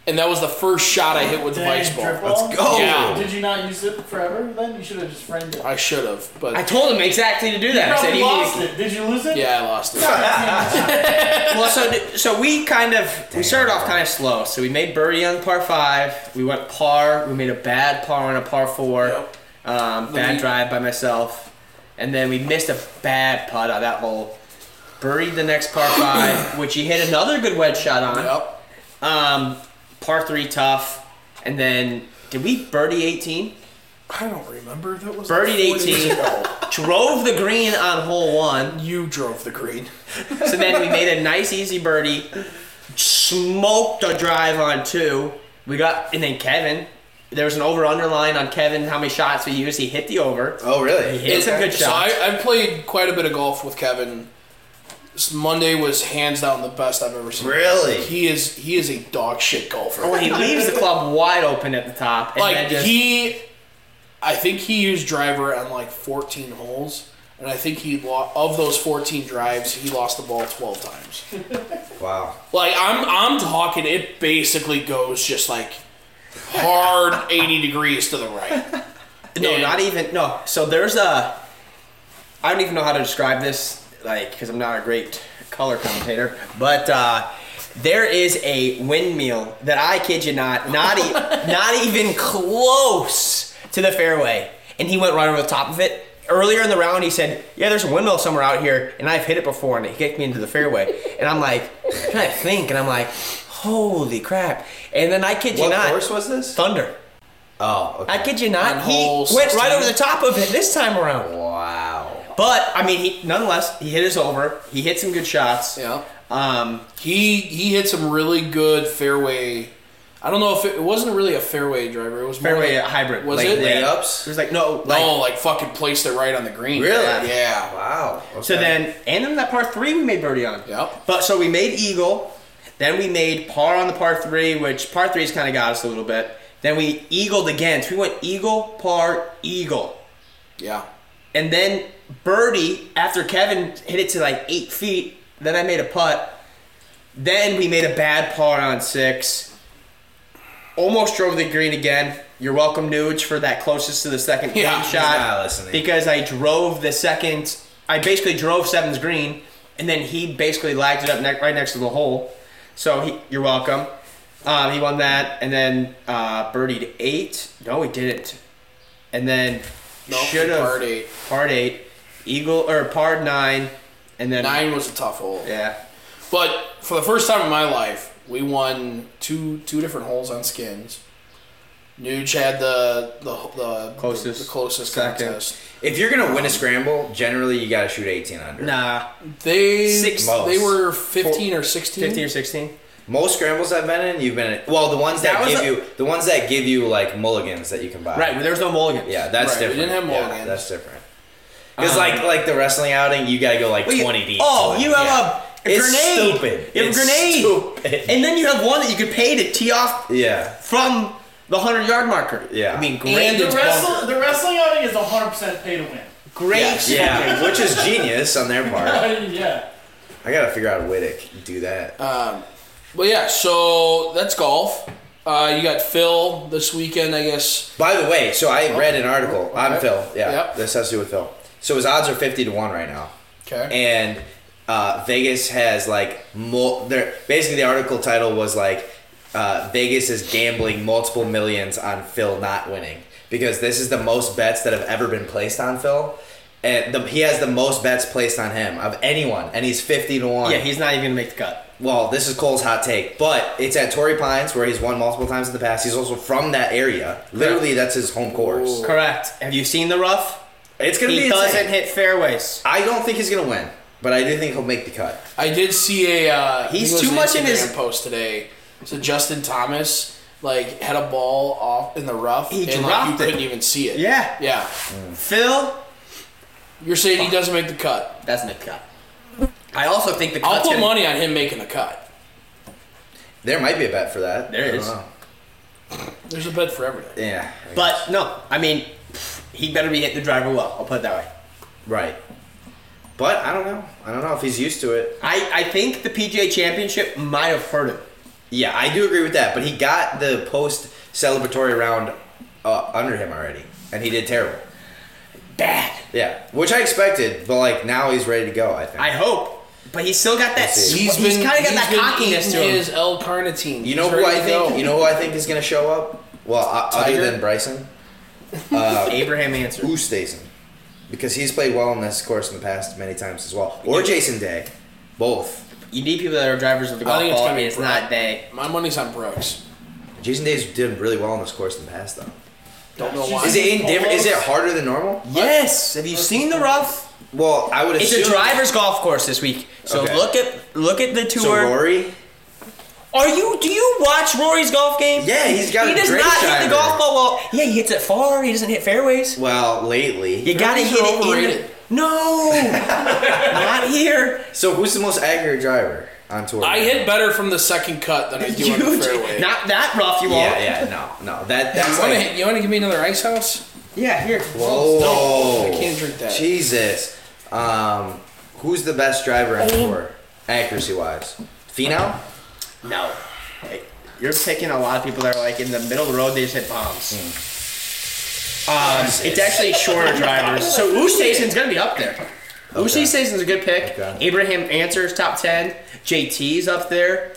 and that was the first shot I hit with the
Dang,
vice ball.
drip ball.
Let's go.
Yeah.
Did you not use it forever? Then you should have just framed it.
I should have, but
I told him exactly to do that. I said
Probably
you need to
lost it. Did you lose it?
yeah, I lost it.
well, so so we kind of we started off kind of slow. So we made birdie on par five. We went par. We made a bad par on a par four.
Yep.
Um,
Let
bad
me-
drive by myself, and then we missed a bad putt on that hole. Buried the next par five, which he hit another good wedge shot on.
Yep.
Um, par three tough, and then did we birdie eighteen?
I don't remember that was
Birdied
40
18. Drove the green on hole one.
You drove the green.
So then we made a nice easy birdie, smoked a drive on two. We got and then Kevin. There was an over under line on Kevin how many shots we used. He hit the over.
Oh, really?
He hit some good
So
shots.
I, I've played quite a bit of golf with Kevin. This Monday was hands down the best I've ever seen.
Really?
He is he is a dog shit golfer.
When Oh, he leaves the club wide open at the top, and
like
then just,
he i think he used driver on like 14 holes and i think he lost of those 14 drives he lost the ball 12 times
Wow.
like i'm i'm talking it basically goes just like hard 80 degrees to the right
no,
and-
not even no. So there's a. I don't even know how to describe this, like because I'm not a great color commentator, but. uh there is a windmill that I kid you not, not, e- not even close to the fairway. And he went right over the top of it. Earlier in the round, he said, Yeah, there's a windmill somewhere out here, and I've hit it before, and it kicked me into the fairway. And I'm like, I'm trying to think, and I'm like, Holy crap. And then I kid you
What
not,
course was this?
Thunder.
Oh, okay.
I kid you
On
not, he
hole
went
16.
right over the top of it this time around.
Wow.
But I mean, he nonetheless he hit his over. He hit some good shots.
yeah
Um,
he he hit some really good fairway I don't know if it, it wasn't really a fairway driver. It was more
Fairway
like-
hybrid,
Was
like
it?
lay-
It was like no, like
no, like fucking placed it right on the green.
Really?
Yeah.
Wow.
So
okay.
then, and then that par three we made birdie on.
Yep.
But so we made eagle, then we made par on the par three, which par three's kind of got us a little bit. Then we eagled again. So we went eagle, par, eagle,
Yeah.
and then birdie after Kevin hit it to like eight feet. Then I made a putt. Then we made a bad par on six. Almost drove the green again. You're welcome, Nuge, for that closest to the second
Yeah,
green
he's
shot
not listening.
because I drove the second. I basically drove seven's green, and then he basically lagged it up ne- right next to the hole. So he, you're welcome. Um, he won that, and then uh, birdied eight. No, he didn't. And then
No,
should have
parred eight.
Part eight, eagle or par nine, and then
Nine was a tough hole.
Yeah,
But for the first time in my life, we won two two different holes on skins. Nuge had the the the
Closest.
the closest
Second.
contest.
if you're gonna win a scramble, generally you got to shoot 18 under.
nah,
They
Six most.
they were fifteen or sixteen.
fifteen or sixteen.
Most scrambles I've been in, you've been in, well the ones that,
That was
give
a-
you the ones that give you like mulligans that you can buy.
Right, there was no mulligans.
Yeah, that's
Right, we
different.
didn't have
Yeah,
mulligans.
that's different. Because
Um,
like like the wrestling outing, you gotta go like
Well, you-
20 deep.
Oh, you have a, a
It's
grenade.
stupid.
You have
It's
a grenade,
stupid.
and then you have one that you could pay to tee off
a yeah.
from the hundred yard marker.
Yeah.
I mean, great,
And
The,
It's
wrestle,
bunker.
the wrestling outing is 100% pay to win.
great.
Yeah, which is genius on their part.
yeah.
I gotta figure out a way to do that.
Um, But yeah, so that's golf. Uh, you got Phil this weekend, I guess.
By the way, so I read an article on
okay.
Phil. Yeah,
Yep.
this has to do with Phil. So his odds are 50 to 1 right now.
Okay.
and uh, Vegas has like mul- their basically the article title was like uh, Vegas is gambling multiple millions on Phil not winning because this is the most bets that have ever been placed on Phil. And the, he has the most bets placed on him of anyone, and he's fifty to one.
Yeah, he's not even gonna make the cut.
well. This is Cole's hot take, but it's at Torrey Pines where he's won multiple times in the past. He's also from that area. Literally, that's his home course.
Ooh.
Correct. Have you seen the rough?
It's gonna be
He
insane.
doesn't hit fairways.
I don't think he's gonna win, but I do think he'll make the cut.
I did see a. Uh,
He's
it was
too
an
much in his-
Instagram post today. So Justin Thomas like had a ball off in the rough,
He
and like, you
dropped it.
couldn't even see it.
Yeah.
Yeah.
Phil
You're saying he doesn't make the cut.
doesn't make the cut. I also think the
I'll
cut's
put
gonna-
money on him making the cut.
There might be a bet for that.
There
I don't
is.
know.
There's a bet for everything.
Yeah. I
But no, I mean, pff, he better be hitting the driver well. I'll put it that way.
Right. But I don't know. I don't know if he's used to it.
I, I think the PGA Championship might have hurt him.
Yeah, I do agree with that. But he got the post celebratory round uh, under him already, and he did terrible.
Bad.
Yeah, which I expected. But like now he's ready to go. I think.
I hope. But he's still got that.
We'll see.
sw- he's kind of got
he's
that
been
cockiness
eating
to him.
His L carnitine.
you know who I think. You know who I think is gonna show up. Well, uh, other
Tiger?
than Bryson,
Abraham answered.
Ustason, because he's played well on this course in the past many times as well, or Jason Day, both.
You need people that are drivers of the
I
golf
think it's
ball.
gonna
and
be
it's
Brooks.
not they.
My money's on Brooks.
Jason Day's did really well on this course in the past, though.
Don't know
Is
why.
Is it in different? Is it harder than normal?
Yes. Have you seen the rough?
Well, I would
It's
assume
a driver's golf course this week. So
Okay.
look at look at the tour.
So Rory,
Are you? Do you watch Rory's golf game?
Yeah, he's got
He
a
does
great
not hit
driver.
the golf ball well. Yeah, he hits it far. He doesn't hit fairways.
well, lately.
You gotta
Fairways
hit
are
it. In
overrated.
the, no, not here.
So who's the most accurate driver on tour?
I hit better from the second cut than I do on the fairway.
not that rough. You
Yeah,
won't.
yeah, no, no. That
you
that's
want
like.
to you want to give me another ice house?
Yeah, here.
Whoa!
I can't drink that.
Jesus. Um, who's the best driver on tour, accuracy wise? Finau.
No. Hey, You're picking a lot of people that are like in the middle of the road, they just hit bombs. Um, it's actually shorter drivers. So Ustason's gonna be up there.
Okay.
Ustason's a good pick.
Okay.
Abraham answers top ten. JT's up there.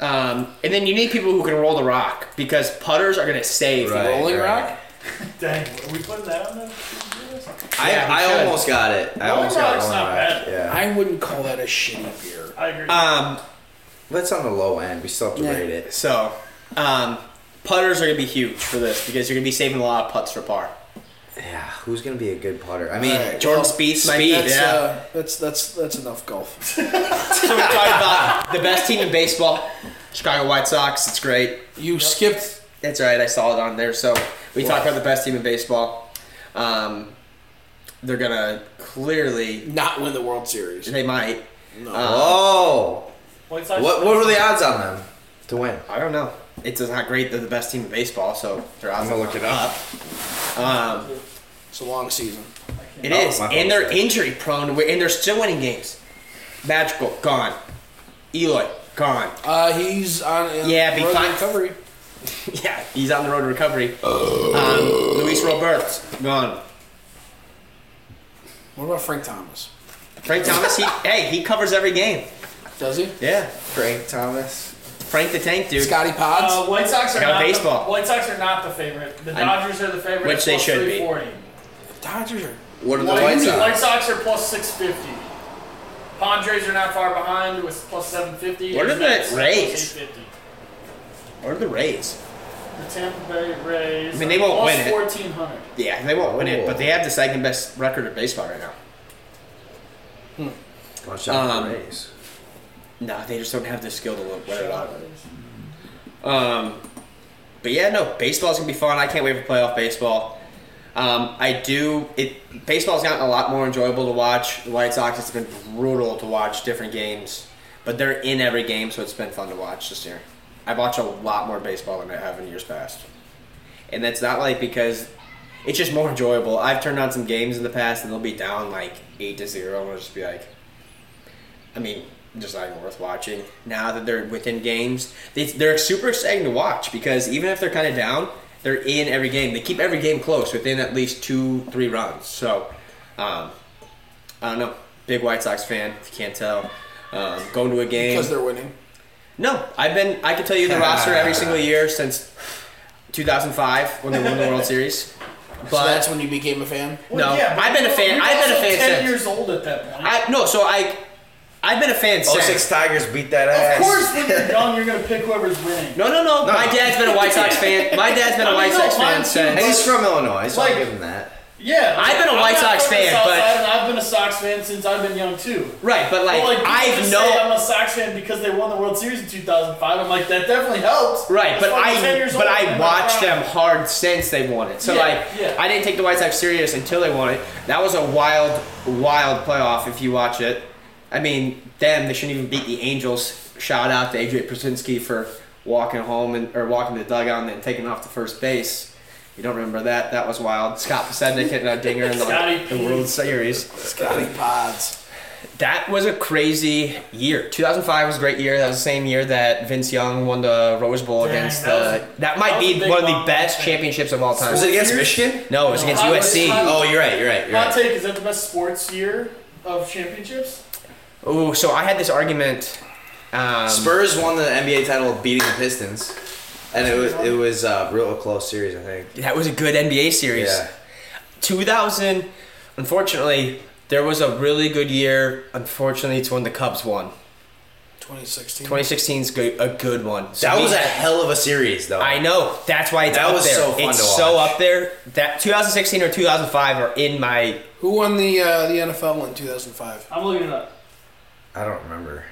Um, and then you need people who can roll the rock because putters are gonna save.
Right,
Rolling
right.
Rock.
Dang, are we putting that on there?
I,
Yeah, he
I
should.
almost got it. I
Rolling
almost got
Rock's
Rolling
not
Rock.
bad.
Yeah,
I wouldn't call that a shitty beer.
I agree.
Um,
that's on the low end. We still have to
Yeah.
rate it.
so um, putters are gonna be huge for this because you're gonna be saving a lot of putts for par.
Yeah, who's gonna be a good putter? I mean,
Alright,
Jordan
well,
Spieth might be-
That's,
yeah.
uh, that's that's that's enough golf.
So we talked about the best team in baseball. Chicago White Sox. It's great.
You skipped.
That's all right. I saw it on there. So we talk about the best team in baseball. Um, they're gonna clearly.
Not win the World Series.
They might.
No.
Uh,
Oh,
White Sox.
what what were the odds on them to win?
I don't know. It's not great. They're the best team in baseball, so they're
I'm gonna look it up.
Um,
It's a long season.
It
Oh,
is,
my
and they're
fault.
injury prone, and they're still winning games. Magical gone, Eloy gone.
Uh, he's on. in
Yeah,
road
be
to
fine.
recovery.
Yeah, he's on the road to recovery. Um, Luis Roberts gone.
What about Frank Thomas?
Frank Thomas, he hey, he covers every game.
Does he?
Yeah,
Frank Thomas.
Frank the Tank dude,
Scotty Pods.
Uh, White Sox are
I got
not
baseball.
The, White Sox are not the favorite. The
I-
Dodgers are the favorite.
which they
plus
should be.
340.
Dodgers are.
What are the
White,
White Sox?
White Sox are plus 650. Padres are not far behind with plus 750.
What are
and
the
Mets are plus
Rays?
850.
or the Rays.
The Tampa Bay Rays.
I mean, they
are
won't
plus
win it.
1400.
Yeah, they won't win it, but they have the second best record of baseball right now.
Watch out for
Um,
Rays.
No, they just don't have the skill to win it out. Um, but yeah, no, baseball's gonna be fun. I can't wait for playoff baseball. Um, I do. It baseball's gotten a lot more enjoyable to watch. The White Sox it's been brutal to watch different games, but they're in every game, so it's been fun to watch this year. I've watched a lot more baseball than I have in years past, and that's not like because it's just more enjoyable. I've turned on some games in the past, and they'll be down like eight to zero, and I'll just be like, I mean, just not even worth watching. Now that they're within games, they, they're super exciting to watch because even if they're kind of down, they're in every game. They keep every game close within at least two, three runs. So, um, I don't know. Big White Sox fan, if you can't tell. Um, going to a game.
Because they're winning.
No, I've been. I can tell you the roster every single year since 2005 when they won the World Series. But
so that's when you became a fan.
No, I've been a fan-
You're
I've been a
also
fan
10
since-
years old at that point.
I no. So I, I've been a fan
Oh,
since.
six Tigers beat that ass.
of course, when you're young, you're gonna pick whoever's winning.
No, no, no. My dad's been a White Sox fan. My dad's been a
I
White
know,
Sox fan
mine too.
since.
And he's from Illinois, so
Like-
I'll give him that.
Yeah,
I've been a
I'm
White
not
Sox
from the
fan,
South
but-
Side, and I've been a Sox fan since I've been young too.
Right, but like,
Well, like people
I've
just say I'm
known.
a Sox fan because they won the World Series in 2005. I'm like, that definitely helped.
Right, but
So I'm 10
I
years
but
old, I'm
I
not
watched
proud.
them hard since they won it. So
Yeah,
like,
yeah.
I didn't take the White Sox serious until they won it. That was a wild, wild playoff. If you watch it, I mean, them they shouldn't even beat the Angels. Shout out to AJ Przinski for walking home and or walking the dugout and then taking off to first base. You don't remember that? That was wild. Scott Pasednik hitting a dinger in
Scotty
the, the
P.
World Series.
Scotty Pods.
That was a crazy year. 2005 was a great year. That was the same year that Vince Young won the Rose Bowl
Dang,
against
that
the.
was-
That might
that was a
be
big
one of the
bomb.
best championships of all time.
Was it against Michigan?
No, it was
No,
against
I was-
USC.
I-
Oh, you're right. You're right. You're
Hot
right.
take: Is that the best sports year of championships?
Ooh, so I had this argument. Um,
Spurs won the NBA title beating the Pistons, and it was it was a real close series, I think.
that was a good NBA series.
Yeah.
2000, unfortunately, there was a really good year. Unfortunately, it's when the Cubs won.
2016.
2016 is good, a good one. So
That
we-
was a hell of a series, though.
I know. That's why it's
That
up
was
there.
so fun
it's
to
so
watch.
up there. That 2016 or 2005 are in my
Who won the uh, the NFL in 2005?
I'm looking it up.
I don't remember.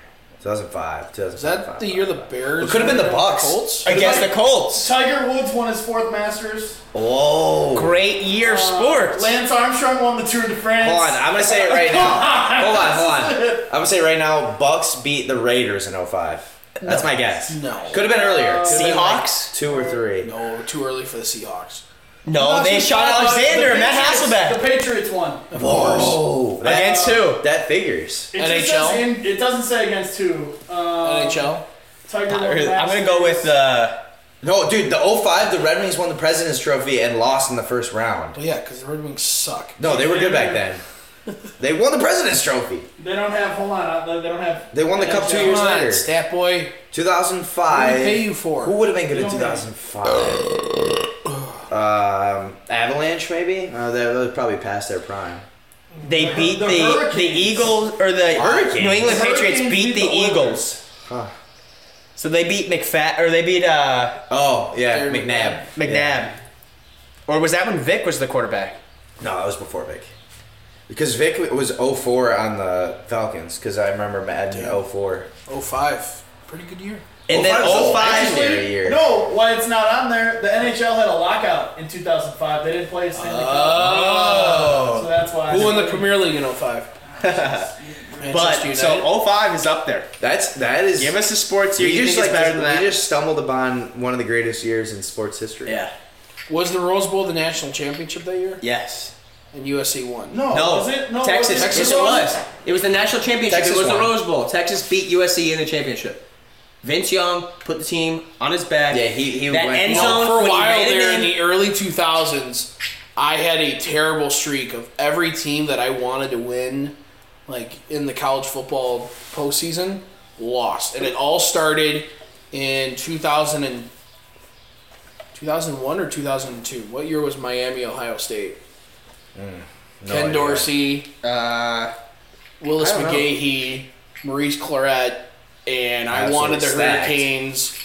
2005, 2005.
Is that the year the Bears?
It could have been the Bucks.
Colts.
against the Colts.
Tiger Woods won his fourth Masters.
Oh.
Great year of sports.
Uh, Lance Armstrong won the Tour de France.
Hold on, I'm gonna say it right now. Hold on, hold on. I'm gonna say it right now. Bucks beat the Raiders in 05. That's my guess.
No.
Could have been earlier. Could've been like
Seahawks?
two or three.
No, too early for the Seahawks.
no, Oh, they shot Alexander and Matt
Patriots-
Hasselbeck.
The Patriots won.
Whoa. Oh, That,
Against who?
That figures.
It just
NHL?
says in- it doesn't say against who. Uh,
NHL.
Tiger won the
Uh, I'm gonna
Masters.
go with uh,
No, dude, the 05, the Red Wings won the President's Trophy and lost in the first round.
Well, yeah, because the Red Wings suck.
No, they were good back then. They won the President's Trophy.
They don't have. Hold on. uh, They don't have.
They won the Cup two
NHL.
Come
years
on,
later.
Stat Boy. What
2005.
do we pay you for?
Who would have been good in
don't
2005? um, Avalanche, maybe? Uh, they were probably past their prime.
they beat
The
the the,
Hurricanes.
Eagles or the
Hurricanes.
New England Patriots
Hurricanes
beat
beat
the,
the Oilers.
Eagles. So they beat McFat or they beat uh,
Oh, yeah,
Darren
McNabb.
McNabb.
Yeah.
Or was that when Vic was the quarterback?
No, that was before Vic. Because Vic was 04 on the Falcons, because I remember Madden 04.
05. Pretty good year.
And then 05
Oh, five.
legendary year.
No, why it's not on there? The NHL had a lockout in 2005. They didn't play a Stanley Cup. So
Oh.
that's why.
Who won the Premier League in 05? Manchester
But
United.
so 05 is up there.
That's that is.
Give us a sports year
you
you,
just
think
like
is better than that.
you just stumbled upon one of the greatest years in sports history.
yeah.
was the Rose Bowl the national championship that year?
Yes.
And USC won.
Oh,
No,
No,
was it? No,
Texas.
was it-
Yes,
Texas
it
won?
was. It was the national championship.
Texas
it was
won.
the Rose Bowl. Texas beat USC in the championship. Vince Young put the team on his back.
Yeah, he- he
that
went-
end
No,
zone
For a
when he
while
ran it
there
in,
in the early 2000s, I had a terrible streak of every team that I wanted to win, like in the college football postseason, lost. And it all started in 2000 and 2001 or 2002. What year was Miami, Ohio State?
Mm, No
Ken
idea.
Dorsey,
Uh,
Willis
I don't know.
McGahee, Maurice Claret, and I
Absolute
wanted the
stacked.
Hurricanes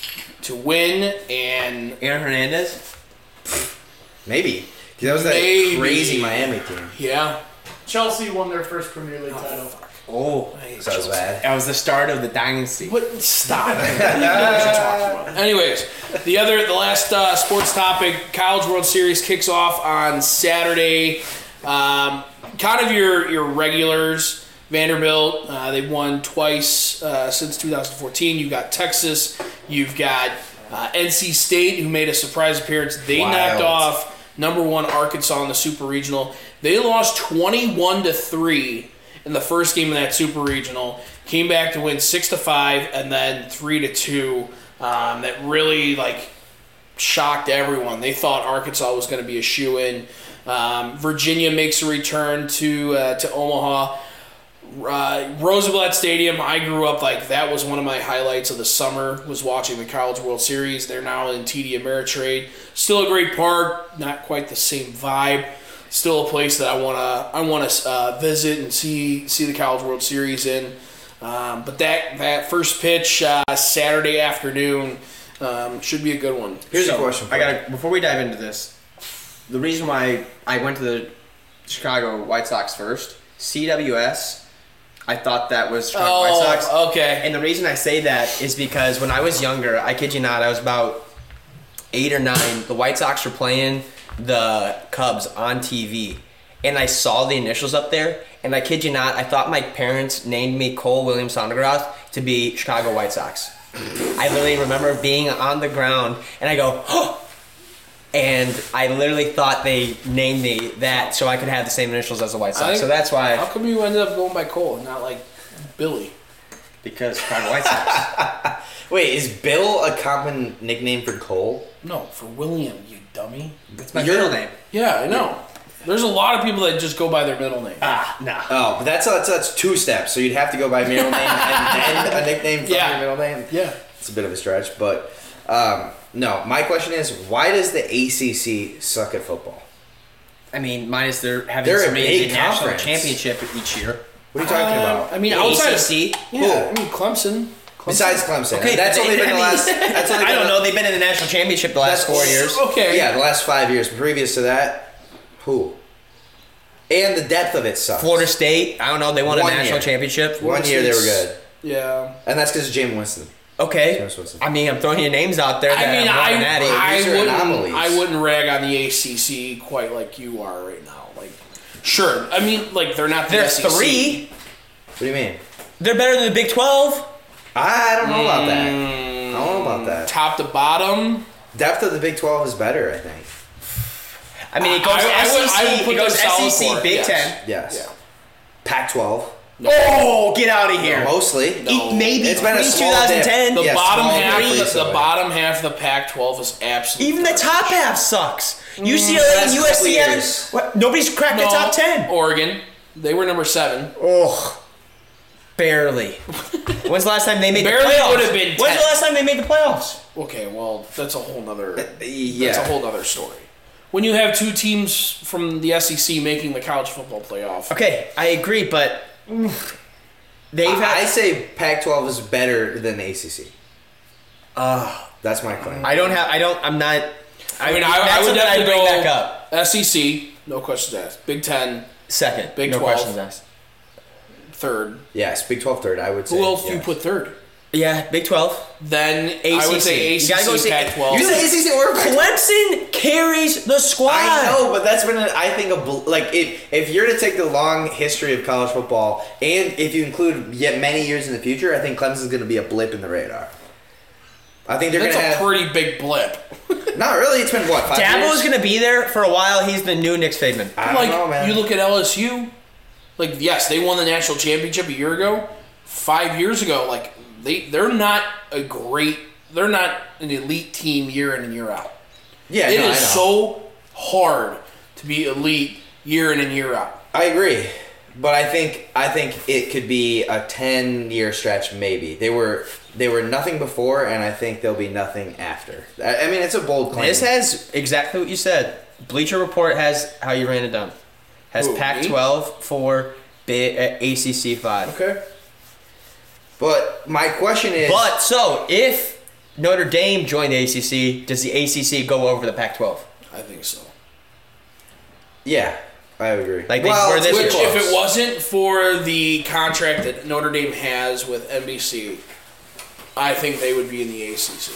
to win, and
Aaron Hernandez.
Maybe. 'Cause That was that
Maybe.
crazy Miami team.
yeah,
Chelsea won their first Premier League title.
oh,
So it was bad.
that was the start of the dynasty.
What? Stop. Anyways, the other, the last uh, sports topic, College World Series kicks off on Saturday. Um, kind of your your regulars, Vanderbilt. Uh, they've won twice uh, since 2014. You've got Texas. You've got uh, NC State, who made a surprise appearance. They knocked
Wild.
off number one Arkansas in the Super Regional. They lost 21 to three in the first game of that Super Regional. Came back to win six to five, and then three to two. Um, that really like shocked everyone. They thought Arkansas was going to be a shoe in. Um, Virginia makes a return to uh, to Omaha. Uh, Roosevelt Stadium. I grew up like that was one of my highlights of the summer was watching the College World Series. They're now in TD Ameritrade. Still a great park, not quite the same vibe. Still a place that I wanna I wanna uh, visit and see see the College World Series in. Um, but that that first pitch uh, Saturday afternoon um, should be a good one.
Here's
So,
a question. For
I
you.
gotta before we dive into this. The reason why I went to the Chicago White Sox first, CWS. I thought that was Chicago White Sox.
Oh, okay.
And the reason I say that is because when I was younger, I kid you not, I was about eight or nine. The White Sox were playing the Cubs on TV, and I saw the initials up there. And I kid you not, I thought my parents named me Cole William Sondergrass to be Chicago White Sox. I literally remember being on the ground, and I go, oh! And I literally thought they named me that so I could have the same initials as the White Sox.
think-
so that's
How
why.
come you ended up going by Cole and not like Billy?
Because Chicago White Sox.
Wait, is Bill a common nickname for Cole?
No, for William, you dummy.
That's my middle name.
Yeah, I know. There's a lot of people that just go by their middle name.
Ah, nah.
Oh, but that's that's, that's two steps. So you'd have to go by middle name and then a nickname from
Yeah.
your middle name.
yeah.
It's a bit of a stretch, but um, no. My question is, why does the ACC suck at football?
I mean, minus they're having
They're
so
a
many
big
national
conference.
championship each year.
What are you talking
Um,
about?
I mean,
The
outside
ACC?
Of, yeah,
Who?
I mean Clemson. Clemson.
Besides Clemson,
Okay,
that's
but
only
they-
been
I
the
mean-
last. That's only
I
been
don't
the-
know. They've been in the national championship the last
That's-
four years.
Okay.
Yeah, the last five years. Previous to that, who? And the depth of it sucks.
Florida State. I don't know. They won a
One
national
year.
championship.
One year they were
State's-
good,
Yeah.
and that's because of Jameis Winston.
Okay.
James Winsson.
I mean, I'm throwing your names out there. That
I mean,
I'm
I,
running at it.
I
These are
wouldn't.
anomalies.
I wouldn't rag on the ACC quite like you are right now. Like, sure. I mean, like they're not. The E
They're
SEC.
three.
What do you mean?
They're better than the Big Twelve.
I don't know about that. I don't know about that.
top to bottom.
Depth of the Big Twelve is better, I think.
I mean, it goes
I- I would-
SEC.
I would put
it goes
them solid
SEC.
for it,
Big
yes.
Ten.
Yes. Pac twelve.
Oh, get out of here.
Mostly.
E- maybe
It's been a
between
small
2010.
dip.
The
Yeah,
bottom
small
half.
increase
The, the
over.
bottom half of the Pac-12 is absolutely.
Even the top half sucks. UCLA and
Last couple
USC haven't.
years.
what? Nobody's cracked the
No,
top ten.
Oregon. They were number seven.
Oh, barely. When's the last time they made
Barely
the playoffs?
would've been
When's the
10.
last time they made the playoffs?
Okay, well, that's a whole nother.
Yeah.
That's a whole nother story. When you have two teams from the SEC making the college football playoff,
Okay, I agree, but they've had.
I say Pac twelve is better than the ACC.
Uh,
That's my claim.
I don't have. I don't. I'm not.
I mean, I,
that's
I would
something
definitely
bring
go
back up.
SEC, no questions asked. Big Ten,
Second,
Big
no
12.
questions asked.
third.
yes, Big 12 third, I would say.
Who else do you
yeah.
put third?
Yeah, Big 12.
Then I
ACC.
would say
You gotta
ACC
go see-
Pac-12.
You
You
said
said ACC or
Clemson carries the squad.
I know, but that's been, an, I think, a bl- like if if you're to take the long history of college football, and if you include yet many years in the future, I think Clemson's going to be a blip in the radar. I think they're going
That's
to have
a pretty big blip.
not really. It's been what five years.
Dabo's gonna be there for a while. He's the new Nick Saban.
I don't
like
know, man.
you look at LSU, like yes, they won the national championship a year ago, five years ago. Like they they're not a great, they're not an elite team year in and year out.
yeah,
It
no, I
is
know.
so hard to be elite year in and year out.
I agree, but I think I think it could be a ten year stretch. Maybe they were they were nothing before, and I think they'll be nothing after. I, I mean, it's a bold claim.
This has exactly what you said. Bleacher Report has how you ran it down. Has
Who, me?
Pac-12 for big, uh, ACC five.
okay. But my question is,
But so if Notre Dame joined the ACC, does the ACC go over the Pac-12?
I think so.
yeah, I agree.
Like, they
well,
were this
it's
Which,
Close.
if it wasn't for the contract that Notre Dame has with NBC, I think they would be in the ACC.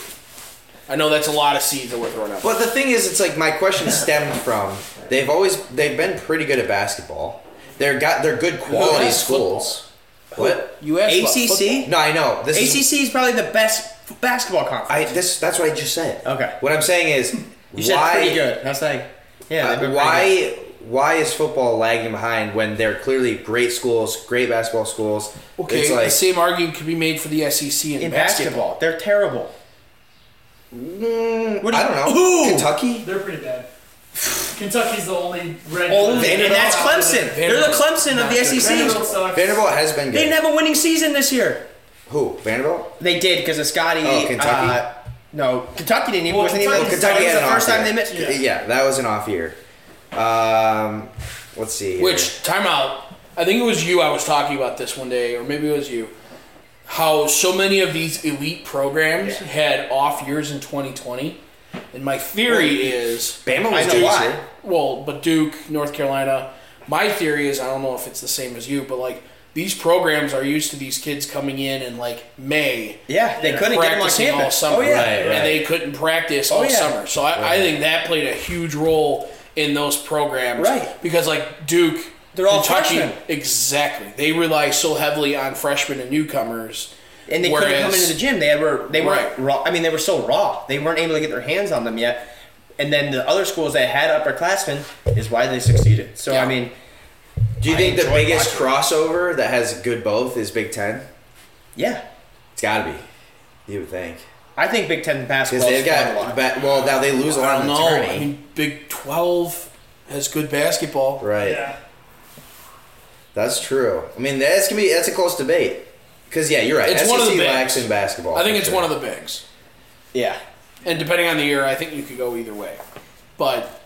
I know that's a lot of seeds that we're throwing out.
But the thing is, it's like my question stemmed from they've always they've been pretty good at basketball. They're got they're good quality
that's
schools. What?
you asked about football.
ACC?
No, I know this is
ACC is probably the best f- basketball conference.
I this that's what I just said.
Okay.
What I'm saying is
You said
why
pretty good. I was like, yeah. they've
uh,
been pretty good.
why why is football lagging behind when they're clearly great schools, great basketball schools?
Okay,
It's like
the same argument could be made for the SEC in,
in
basketball.
basketball? They're terrible.
Mm, I don't know.
Ooh!
Kentucky?
They're pretty bad. Kentucky's the only red.
Only, and that's Clemson. They're the Clemson of the
Vanderbilt
SEC.
sucks.
Vanderbilt has been
They
good.
didn't have a winning season this year.
Who? Vanderbilt?
They did because of Scotty.
Oh, Kentucky?
uh, no, Kentucky didn't even.
Well,
wasn't
Kentucky-
even.
Oh, Kentucky
it was
had
the
an
first
off
time they
year.
met.
Yeah. that was an off year. Um, let's see. Here.
Which timeout? I think it was you. I was talking about this one day, or maybe it was you. How so many of these elite programs had off years in 2020, and my theory is
Bama was
I know
Duke's
why.
year.
well, but Duke, North Carolina. My theory is I don't know if it's the same as you, but like these programs are used to these kids coming in in like May.
Yeah, they couldn't get him on
practicing all
campus.
summer.
Oh yeah. Oh,
Right.
And they couldn't practice all
yeah.
summer. So I, I think that played a huge role in those programs.
Right.
Because like Duke,
They're all freshmen.
Exactly. They rely so heavily on freshmen and newcomers.
And they couldn't come
whereas-
into the gym. They were they weren't
Right.
raw. I mean, they were so raw. They weren't able to get their hands on them yet. And then the other schools that had upperclassmen is why they succeeded. So
Yeah.
I mean,
Do you
I
think the
enjoy
biggest
watching.
crossover that has good both is Big Ten?
yeah,
It's got to be. You would think.
I think Big Ten
Because
basketball
they've
is fun a
got
lot.
ba- well now they lose a
I
lot
don't
on the
know.
tourney.
I mean, Big Twelve has good basketball.
right.
Yeah.
That's true. I mean that's gonna be that's a close debate. Because yeah, you're right.
It's
SEC
one of the
lacks
bigs.
in basketball.
I think
for
it's
sure.
one of the bigs.
yeah,
And depending on the year, I think you could go either way. But